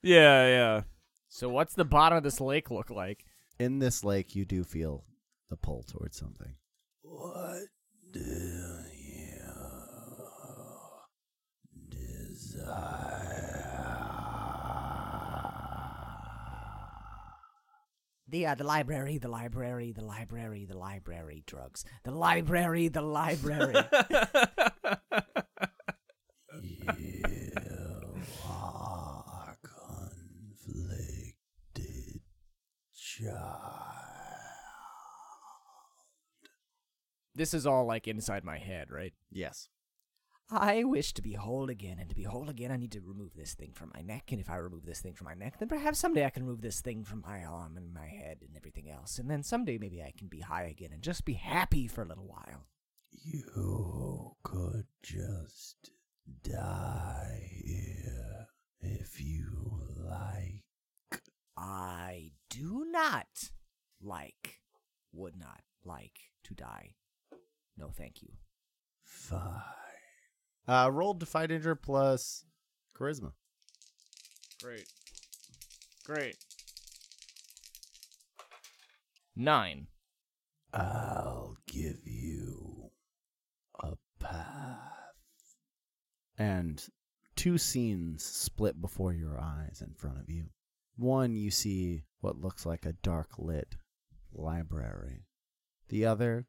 yeah, yeah.
So what's the bottom of this lake look like?
In this lake you do feel the pull towards something.
The uh, the library, the library, the library, the library. Drugs. The library, the library.
This is all like inside my head, right?
Yes.
I wish to be whole again, and to be whole again, I need to remove this thing from my neck. And if I remove this thing from my neck, then perhaps someday I can remove this thing from my arm and my head and everything else. And then someday maybe I can be high again and just be happy for a little while.
You could just die here if you like.
I do not like, would not like to die. No, thank you.
Fine.
Uh rolled to fight injure plus charisma.
Great. Great. Nine.
I'll give you a path.
and two scenes split before your eyes in front of you. One, you see what looks like a dark lit library. The other,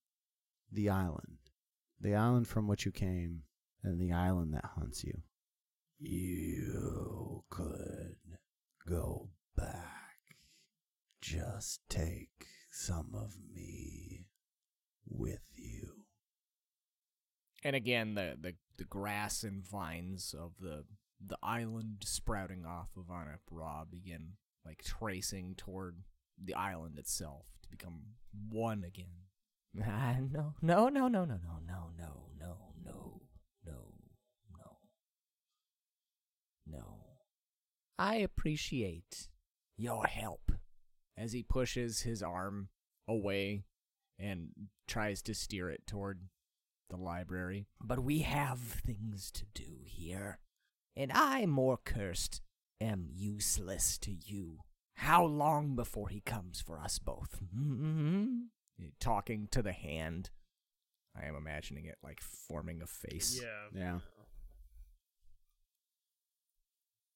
the island. The island from which you came, and the island that haunts you.
You could go back. Just take some of me with you.
And again, the, the, the grass and vines of the the island sprouting off of Anna Ra begin
like tracing toward the island itself to become one again. Ah, no, no, no, no, no, no, no, no, no, no, no, no, no. I appreciate your help. As he pushes his arm away and tries to steer it toward the library. But we have things to do here. And I, more cursed, am useless to you. How long before he comes for us both? Mm-hmm. Talking to the hand. I am imagining it like forming a face.
Yeah.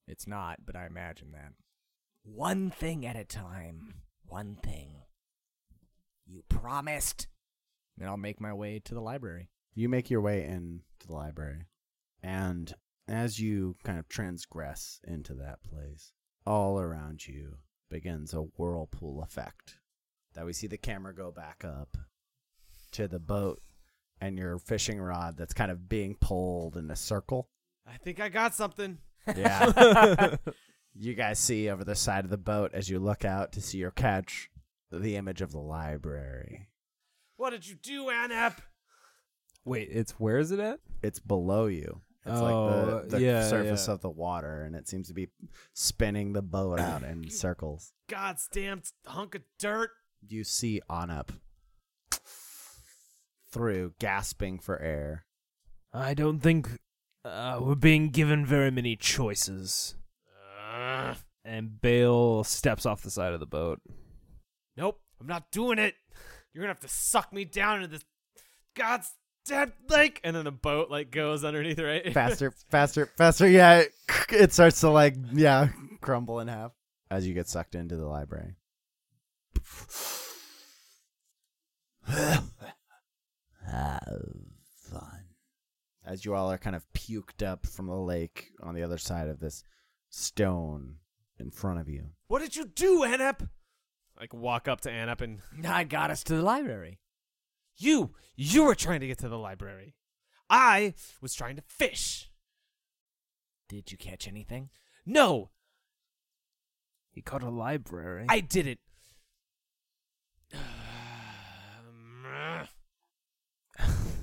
It's not, but I imagine that. One thing at a time. One thing. You promised. Then I'll make my way to the library.
You make your way into the library, and as you kind of transgress into that place, all around you begins a whirlpool effect. That we see the camera go back up to the boat and your fishing rod that's kind of being pulled in a circle.
I think I got something.
Yeah. you guys see over the side of the boat as you look out to see your catch the image of the library.
What did you do, Anep?
Wait, it's where is it at?
it's below you. It's
Oh,
like the, the
yeah,
surface
yeah.
of the water, and it seems to be spinning the boat out in circles.
God's damn hunk of dirt.
You see on up through, gasping for air.
I don't think uh, we're being given very many choices.
Ugh.
And Bale steps off the side of the boat.
nope, I'm not doing it. You're gonna have to suck me down into this God's damn lake. And then the boat like goes underneath, right?
Faster, faster, faster. Yeah, it, it starts to like yeah crumble in half as you get sucked into the library. Have fun. As you all are kind of puked up from the lake on the other side of this stone in front of you.
what did you do, Anep? Like walk up to Anep and
I got us to the library.
you, you were trying to get to the library. I was trying to fish.
Did you catch anything?
No,
He caught a library.
I did it.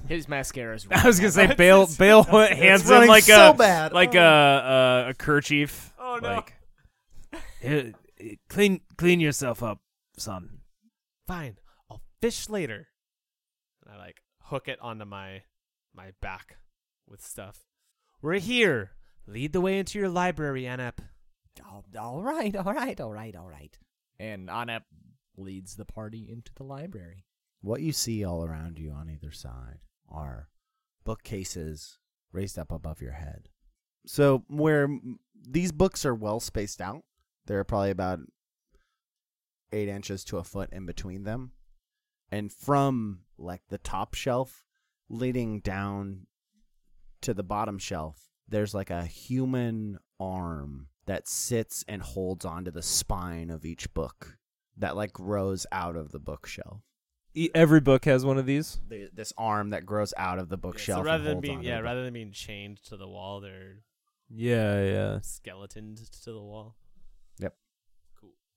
His mascara is
I was gonna say Bale. Bale hands him
running
like
so
a
bad.
like a, a a kerchief.
Oh, no.
Like, "Here, eh, clean clean yourself up, son.
Fine, I'll fish later. And I like hook it onto my my back with stuff. We're here. Lead the way into your library, Anep.
All, all right, all right, all right, all right. And Anep leads the party into the library.
What you see all around you on either side are bookcases raised up above your head. So, where m- these books are well spaced out, they're probably about eight inches to a foot in between them. And from like the top shelf leading down to the bottom shelf, there's like a human arm that sits and holds onto the spine of each book that like grows out of the bookshelf
E- Every book has one of these.
the, this arm that grows out of the
Yeah,
bookshelf.
so
and
rather than
holds
being
onto
yeah,
it.
rather than being chained to the wall, they're
Yeah, yeah.
skeletoned to the wall.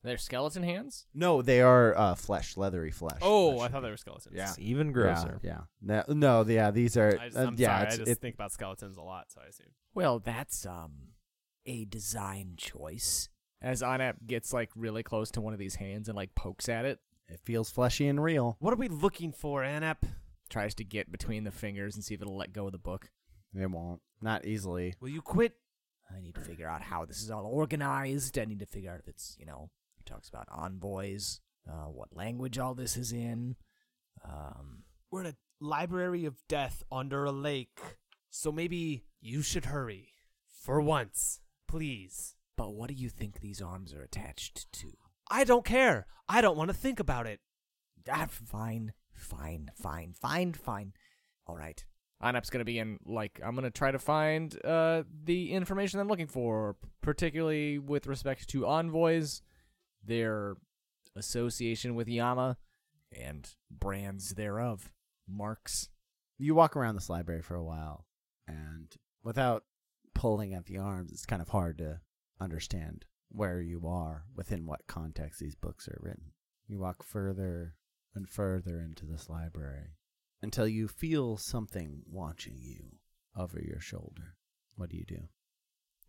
They're skeleton hands?
no, they are uh, flesh, leathery flesh.
Oh,
Flesh.
I thought they were skeletons.
Yeah.
It's even
Yeah,
grosser.
Yeah, no, no, the- yeah, these are.
I just,
uh,
I'm
yeah,
sorry. I
it's-
just
it-
think about skeletons a lot, so I assume.
Well, that's um a design choice.
As Anep gets like really close to one of these hands and like pokes at it,
it feels fleshy and real.
What are we looking for, Anep?
tries to get between the fingers and see if it'll let go of the book.
It won't, not easily.
Will you quit?
I need to figure out how this is all organized. I need to figure out if it's, you know, it talks about envoys, uh, what language all this is in. Um,
We're in a library of death under a lake, so maybe you should hurry. For once, please.
but what do you think these arms are attached to?
I don't care. I don't want to think about it.
Ah, fine, fine, fine, fine, fine. All right.
Anep's gonna be in like I'm gonna try to find uh the information I'm looking for, particularly with respect to envoys, their association with Yama,
and brands thereof. Marks.
You walk around this library for a while, and without pulling at the arms, it's kind of hard to understand where you are within what context these books are written. You walk further and further into this library until you feel something watching you over your shoulder. What do you do?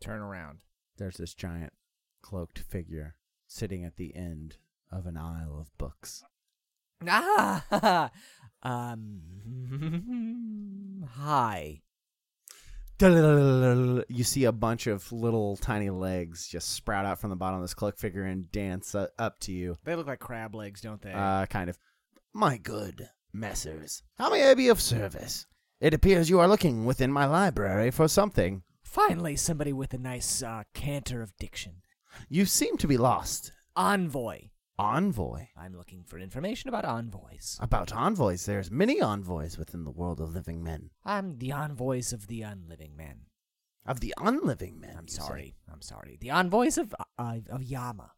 Turn around.
There's this giant cloaked figure sitting at the end of an aisle of books.
Ah, um, hi.
You see a bunch of little tiny legs just sprout out from the bottom of this cloak figure and dance uh, up to you.
They look like crab legs, don't they?
Uh, kind of. My good messers, how may I be of service? It appears you are looking within my library for something.
Finally, somebody with a nice uh, canter of diction.
You seem to be lost.
Envoy.
Envoy.
I'm looking for information about envoys.
About envoys, there's many envoys within the world of living men.
I'm the envoys of the unliving men.
Of the unliving men.
I'm
you say.
sorry. I'm sorry. The envoys of uh, of Yama.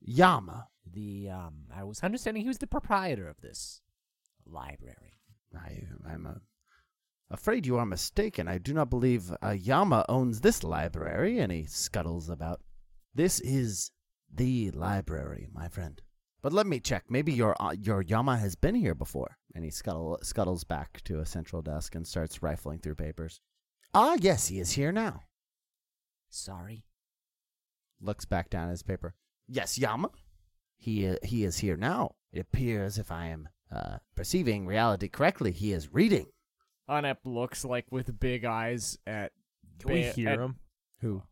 Yama.
The um, I was understanding he was the proprietor of this library.
I, I'm uh, afraid you are mistaken. I do not believe uh, Yama owns this library, and he scuttles about. This is the library, my friend. But let me check. Maybe your uh, your Yama has been here before. And he scuttle, scuttles back to a central desk and starts rifling through papers. Ah, yes, he is here now.
Sorry.
Looks back down at his paper. Yes, Yama. He uh, he is here now. It appears, if I am uh, perceiving reality correctly, he is reading.
Onep looks like with big eyes at.
Can we
ba-
hear
at-
him?
Who?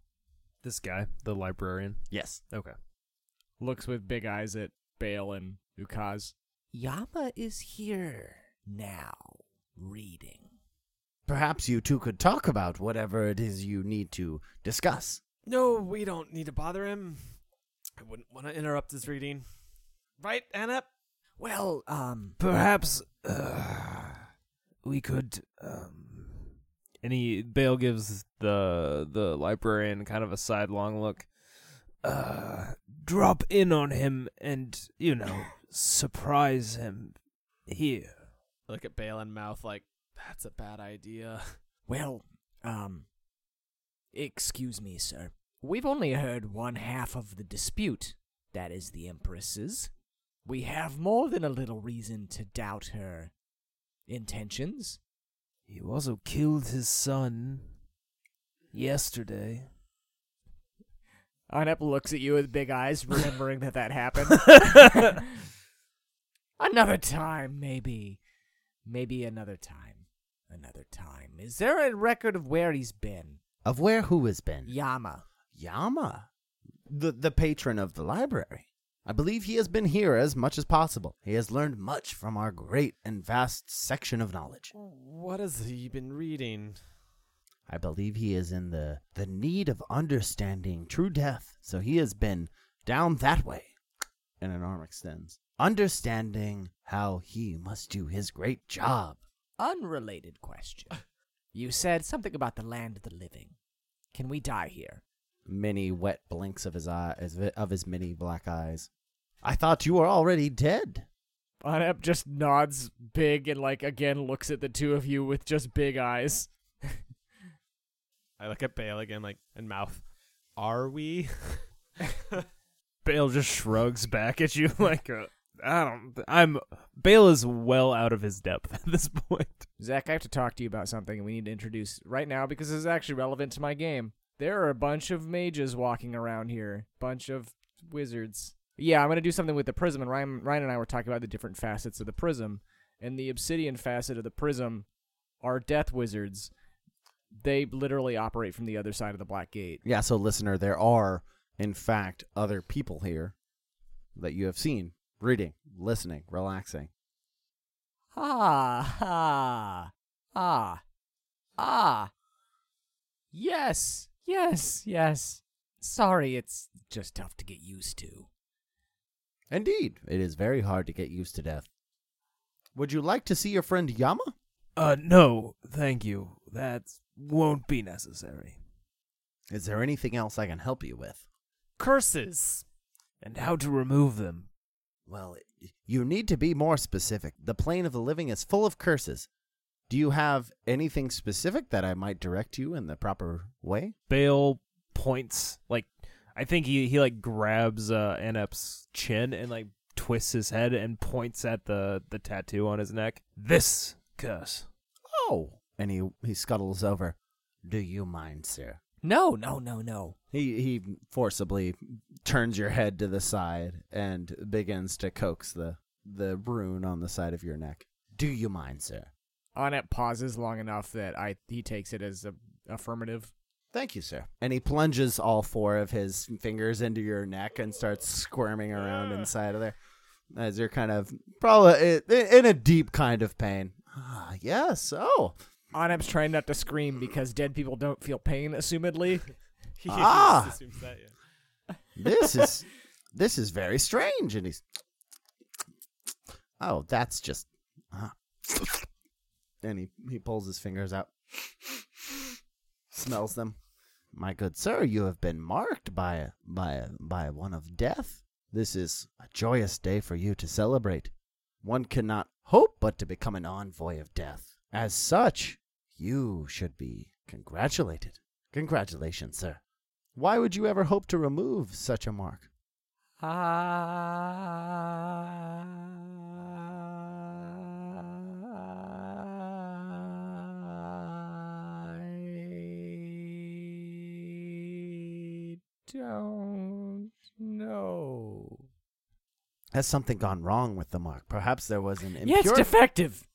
This guy, the librarian.
Yes.
Okay.
Looks with big eyes at Bale and Ukaz.
Yama is here now, reading.
Perhaps you two could talk about whatever it is you need to discuss.
No, we don't need to bother him. I wouldn't want to interrupt his reading. Right, Anup?
Well, um,
Perhaps uh, we could. um, and he Bale gives the the librarian kind of a sidelong look. Uh, drop in on him and you know surprise him here.
Look at Bale and Mouth like, that's a bad idea.
well, um, excuse me, sir. We've only heard one half of the dispute. That is the Empress's. We have more than a little reason to doubt her intentions.
He also killed his son yesterday.
Onep looks at you with big eyes, remembering that that happened.
Another time, maybe. Maybe another time. Another time. Is there a record of where he's been?
Of where who has been?
Yama.
Yama, the the patron of the library. I believe he has been here as much as possible. He has learned much from our great and vast section of knowledge.
What has he been reading?
I believe he is in the the need of understanding true death. So he has been down that way. And an arm extends. Understanding how he must do his great job.
Unrelated question. You said something about the land of the living. Can we die here?
many wet blinks of his eye as- of his many black eyes. I thought you were already dead.
Onep just nods big and, like, again looks at the two of you with just big eyes.
I look at Bale again, like, and Mouth, are we?
Bale just shrugs back at you like I I don't. I'm Bale is well out of his depth at this point.
Zach, I have to talk to you about something and we need to introduce right now because this is actually relevant to my game. There are a bunch of mages walking around here, bunch of wizards. Yeah, I'm going to do something with the prism, and Ryan, Ryan and I were talking about the different facets of the prism. And the obsidian facet of the prism are death wizards. They literally operate from the other side of the black gate.
Yeah, so listener, there are in fact other people here that you have seen reading, listening, relaxing.
Ah, ah, ah, ah. Yes, yes, yes. Sorry, it's just tough to get used to.
Indeed, it is very hard to get used to death. Would you like to see your friend Yama?
Uh, no, thank you. That won't be necessary.
Is there anything else I can help you with?
Curses!
And how to remove them?
Well, you need to be more specific. The plane of the living is full of curses. Do you have anything specific that I might direct you in the proper way?
Bale points like I think he he like grabs uh, Anep's chin and like twists his head and points at the the tattoo on his neck. This curse.
Oh. And he he scuttles over. Do you mind, sir?
No, no, no, no.
He he forcibly turns your head to the side and begins to coax the the rune on the side of your neck. Do you mind, sir?
Onet pauses long enough that I he takes it as a affirmative.
Thank you, sir. And he plunges all four of his fingers into your neck and starts squirming around
Ah.
inside of there as you're kind of probably i- in a deep kind of pain. Ah, yes. Oh,
Onet's trying not to scream because dead people don't feel pain, assumedly.
He
Ah.
just assumes that, yeah.
this is this is very strange. And he's oh, that's just. Uh, and he he pulls his fingers out, smells them. My good sir, you have been marked by by by one of death. This is a joyous day for you to celebrate. One cannot hope but to become an envoy of death. As such, you should be congratulated. Congratulations, sir. Why would you ever hope to remove such a mark?
I don't know.
Has something gone wrong with the mark? Perhaps there was an
Yeah,
impurity.
it's defective.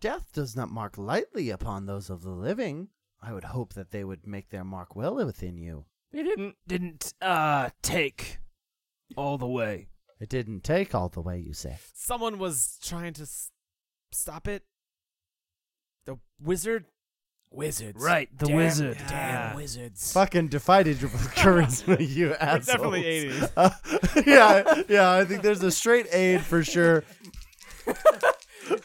Death does not mark lightly upon those of the living. I would hope that they would make their mark well within you.
They didn't.
Didn't uh take all the way.
It didn't take all the way, you say.
Someone was trying to s- stop it. The wizard.
Wizards.
Right, the
Damn-
wizard.
Damn
Yeah.
wizards.
Fucking divided your charisma, you assholes.
definitely 80s.
yeah, yeah. I think there's a straight aid for sure.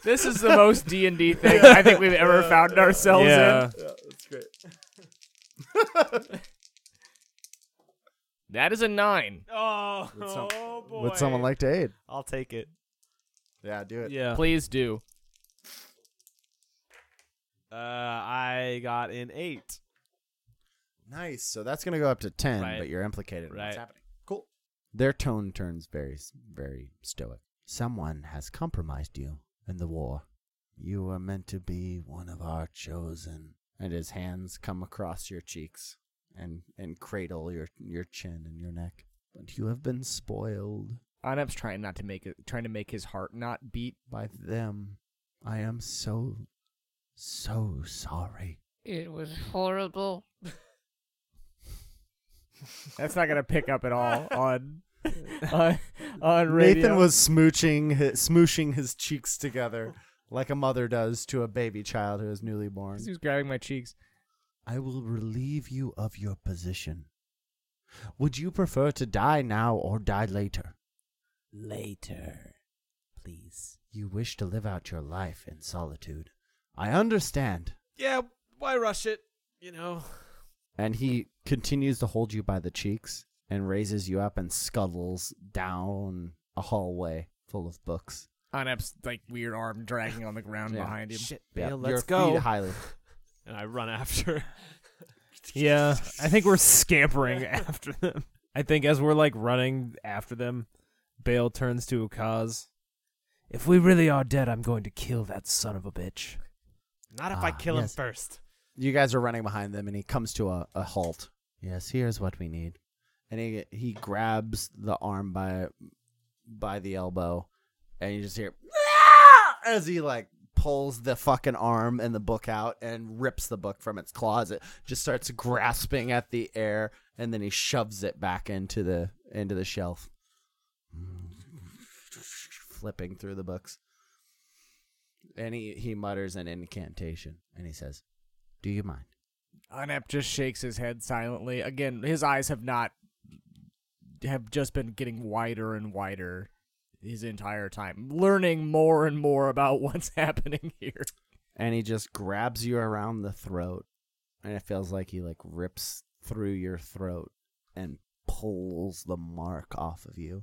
This is the most D and D thing I think we've ever found ourselves in. That is a nine.
Oh,
Would some-
oh boy.
Would someone like to aid?
I'll take it.
Yeah, do it.
Yeah.
Please do.
Uh, I got an eight.
Nice. So that's gonna go up to ten,
Right.
but you're implicated. in what's
Right.
happening. Cool. Their tone turns very, s- very stoic. Someone has compromised you in the war. You are meant to be one of our chosen. And his hands come across your cheeks and and cradle your your chin and your neck. But you have been spoiled
Onep's trying not to make it, trying to make his heart not beat.
by them. I am so, so sorry.
It was horrible.
That's not gonna pick up at all on on, on radio.
Nathan was smooching, hi- smooching his cheeks together like a mother does to a baby child who is newly born.
He was grabbing my cheeks.
I will relieve you of your position. Would you prefer to die now or die later?
Later, please.
You wish to live out your life in solitude. I understand.
Yeah, why rush it? You know.
And he continues to hold you by the cheeks and raises you up and scuttles down a hallway full of books.
Onep's like weird arm dragging on the ground
Yeah.
behind him.
Shit,
Yeah,
Bale, let's
your
go.
Feet highly.
and I run after.
Yeah, I think we're scampering after them. I think as we're like running after them, Bale turns to Akaz. If we really are dead, I'm going to kill that son of a bitch.
Not if I
Ah,
kill him
yes.
first.
you guys are running behind them and he comes to a, a halt yes here's what we need and he he grabs the arm by by the elbow and you just hear "Ah!" as he like pulls the fucking arm and the book out and rips the book from its closet just starts grasping at the air and then he shoves it back into the into the shelf flipping through the books and he, he mutters an incantation and he says do you mind
Onep just shakes his head silently. Again, his eyes have not have just been getting wider and wider his entire time, learning more and more about what's happening here.
and he just grabs you around the throat and it feels like he like rips through your throat and pulls the mark off of you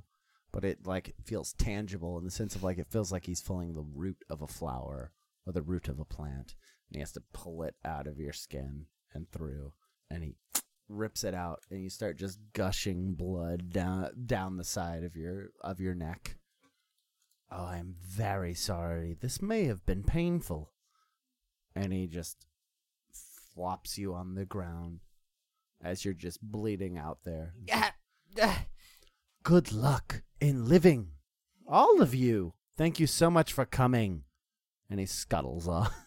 but it like feels tangible in the sense of like it feels like he's pulling the root of a flower or the root of a plant and he has to pull it out of your skin and through and he rips it out, and you start just gushing blood down down the side of your of your neck. Oh, I'm very sorry. This may have been painful. And he just flops you on the ground as you're just bleeding out there.
Ah, ah.
Good luck in living, all of you. Thank you so much for coming. And he scuttles off.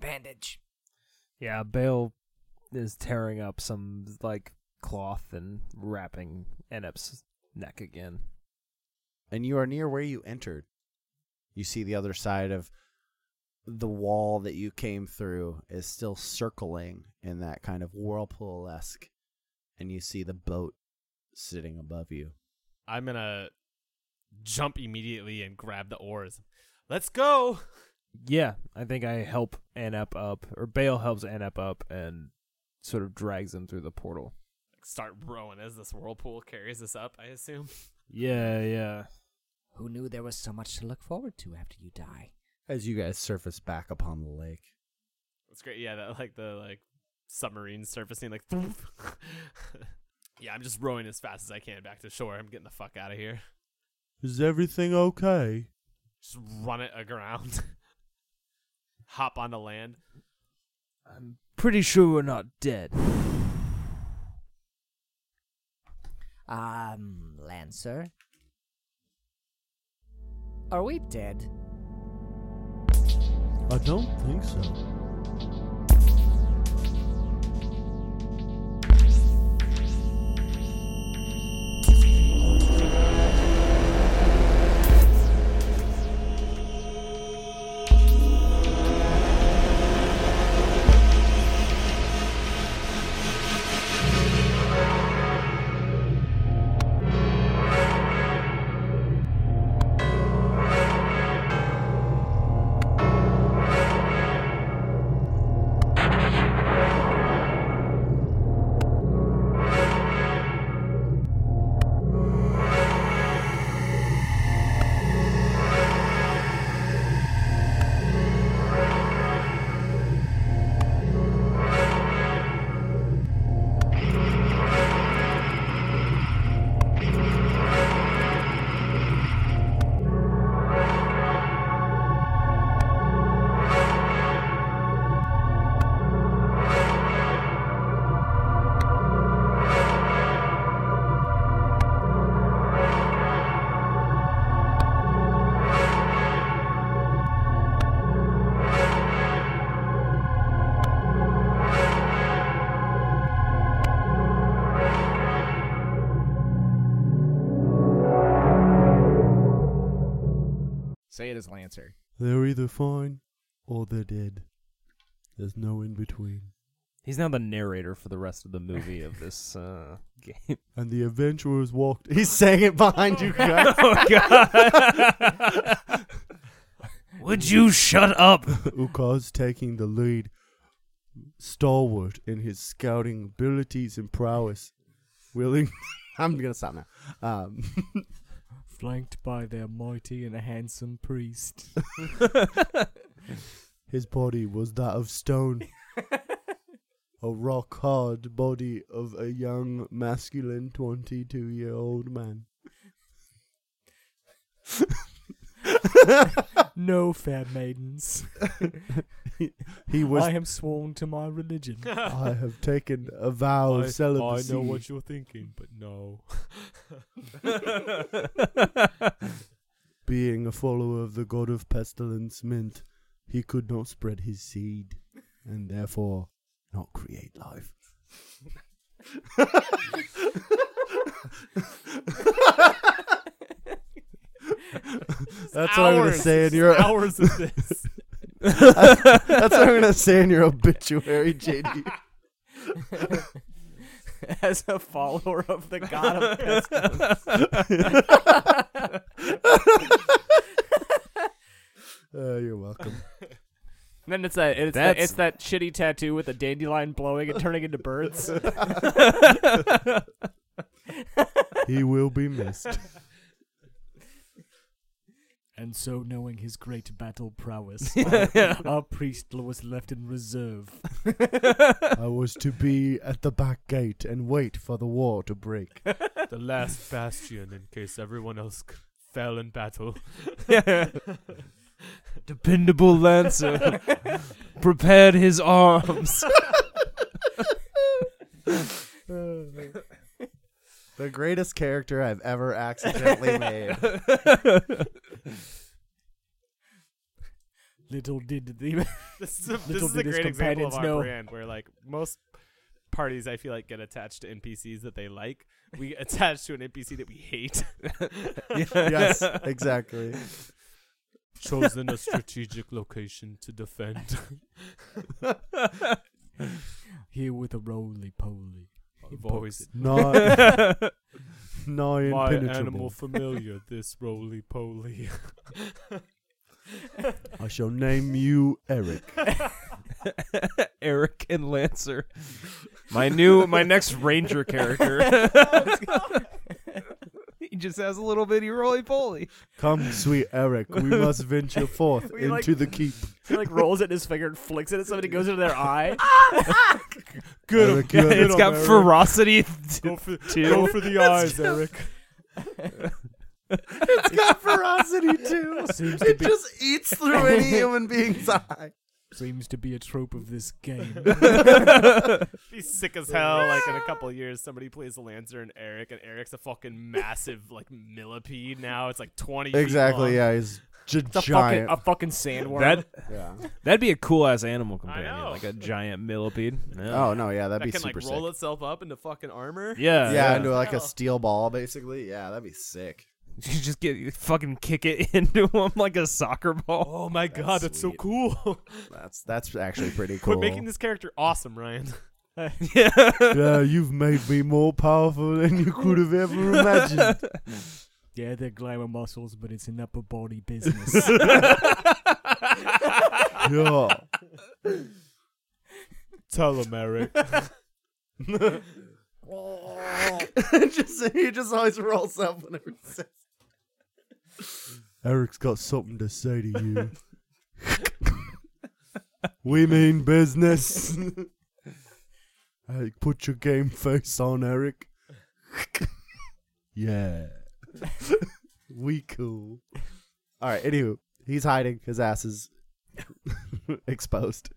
Bandage.
Yeah, Bale is tearing up some like cloth and wrapping Enep's neck again.
and you are near where you entered. You see the other side of the wall that you came through is still circling in that kind of whirlpool esque, and you see the boat sitting above you.
I'm gonna jump immediately and grab the oars. Let's go.
Yeah, I think I help Anep up, or Bale helps Anep up and sort of drags him through the portal.
Start rowing as this whirlpool carries us up. I assume.
Yeah, yeah.
Who knew there was so much to look forward to after you die?
As you guys surface back upon the lake,
That's great. Yeah, that like the like submarine surfacing like. yeah, I'm just rowing as fast as I can back to shore. I'm getting the fuck out of here.
Is everything okay?
Just run it aground. Hop onto land.
I'm pretty sure we're not dead.
Um, Lancer? Are we dead?
I don't think so.
Say it as Lancer.
They're either fine or they're dead. There's no in between.
He's now the narrator for the rest of the movie of this uh, game.
And the adventurers walked.
he's saying it behind you guys.
oh God! Would you shut up?
Ukaz taking the lead, stalwart in his scouting abilities and prowess, willing.
I'm gonna stop now. Um,
Flanked by their mighty and handsome priest.
His body was that of stone, a rock hard body of a young, masculine 22 year old man.
no, fair maidens.
He was.
I am sworn to my religion.
I have taken a vow of celibacy.
you're thinking, but no.
Being a follower of the god of pestilence meant he could not spread his seed, and therefore not create life.
That's
That's what I'm gonna say in your-
hours of this.
that's, that's what I'm gonna say in your obituary, JD.
As a follower of the god of pestilence.
Uh, you're welcome.
And then it's that it's, that
That's-
it's that shitty tattoo with a dandelion blowing and turning into birds.
He will be missed.
and
and so knowing his great battle prowess, our priest was left in reserve.
I was to be at the back gate and wait for the war to break.
the last bastion in case everyone else c- fell in battle.
Dependable Lancer prepared his arms.
The greatest character I've ever accidentally made.
Little did the
This is a, this
Little
is a
did his
great example
companions
of our
know.
brand where like most parties I feel like get attached to NPCs that they like. We attach to an NPC that we hate.
yes, exactly.
Chosen a strategic location to defend.
here with a roly poly.
I've always
Nigh, nigh
my
impenetrable.
animal familiar, this roly poly.
I shall name you Eric.
Eric and Lancer. My new, my next Ranger character. he just has a little bitty roly poly.
Come, sweet Eric, we must venture forth
We
into
like-
the keep.
He like rolls it in his finger and flicks it at somebody, goes into their eye.
Good, Eric, you're-
It's got ferocity. to-
Go for,
Two.
go for the
Oh,
eyes, Eric.
It's got ferocity too.
Seems to
It
be
just eats through any human being's eye.
seems to be a trope of this game.
Be sick as hell. Like in a couple years, somebody plays a Lancer and Eric, and Eric's a fucking massive like millipede now. It's like twenty. feet long.
Exactly. Yeah, he's gi-
It's a fucking,
giant.
a fucking sandworm.
That
yeah.
that'd be a cool ass animal companion,
know.
like a giant millipede. Yeah.
Oh no, yeah, that'd
That
be
can
super
like
sick.
roll itself up into fucking armor.
yeah,
yeah, into like a steel ball, basically. Yeah, that'd be sick.
You just get you fucking kick it into him like a soccer ball.
Oh my god, that's so
sweet.
cool.
That's that's actually pretty cool.
Quit making this character awesome, Ryan.
Yeah, you've made me more powerful than you could have ever imagined.
yeah, they're glamour muscles, but it's an upper body business.
Yeah.
Tell him, Eric.
just he just always rolls up whenever. he says-
Eric's got something to say to you. we mean business. Hey, put your game face on, Eric. yeah. we cool.
All right. Anywho, he's hiding. His ass is exposed.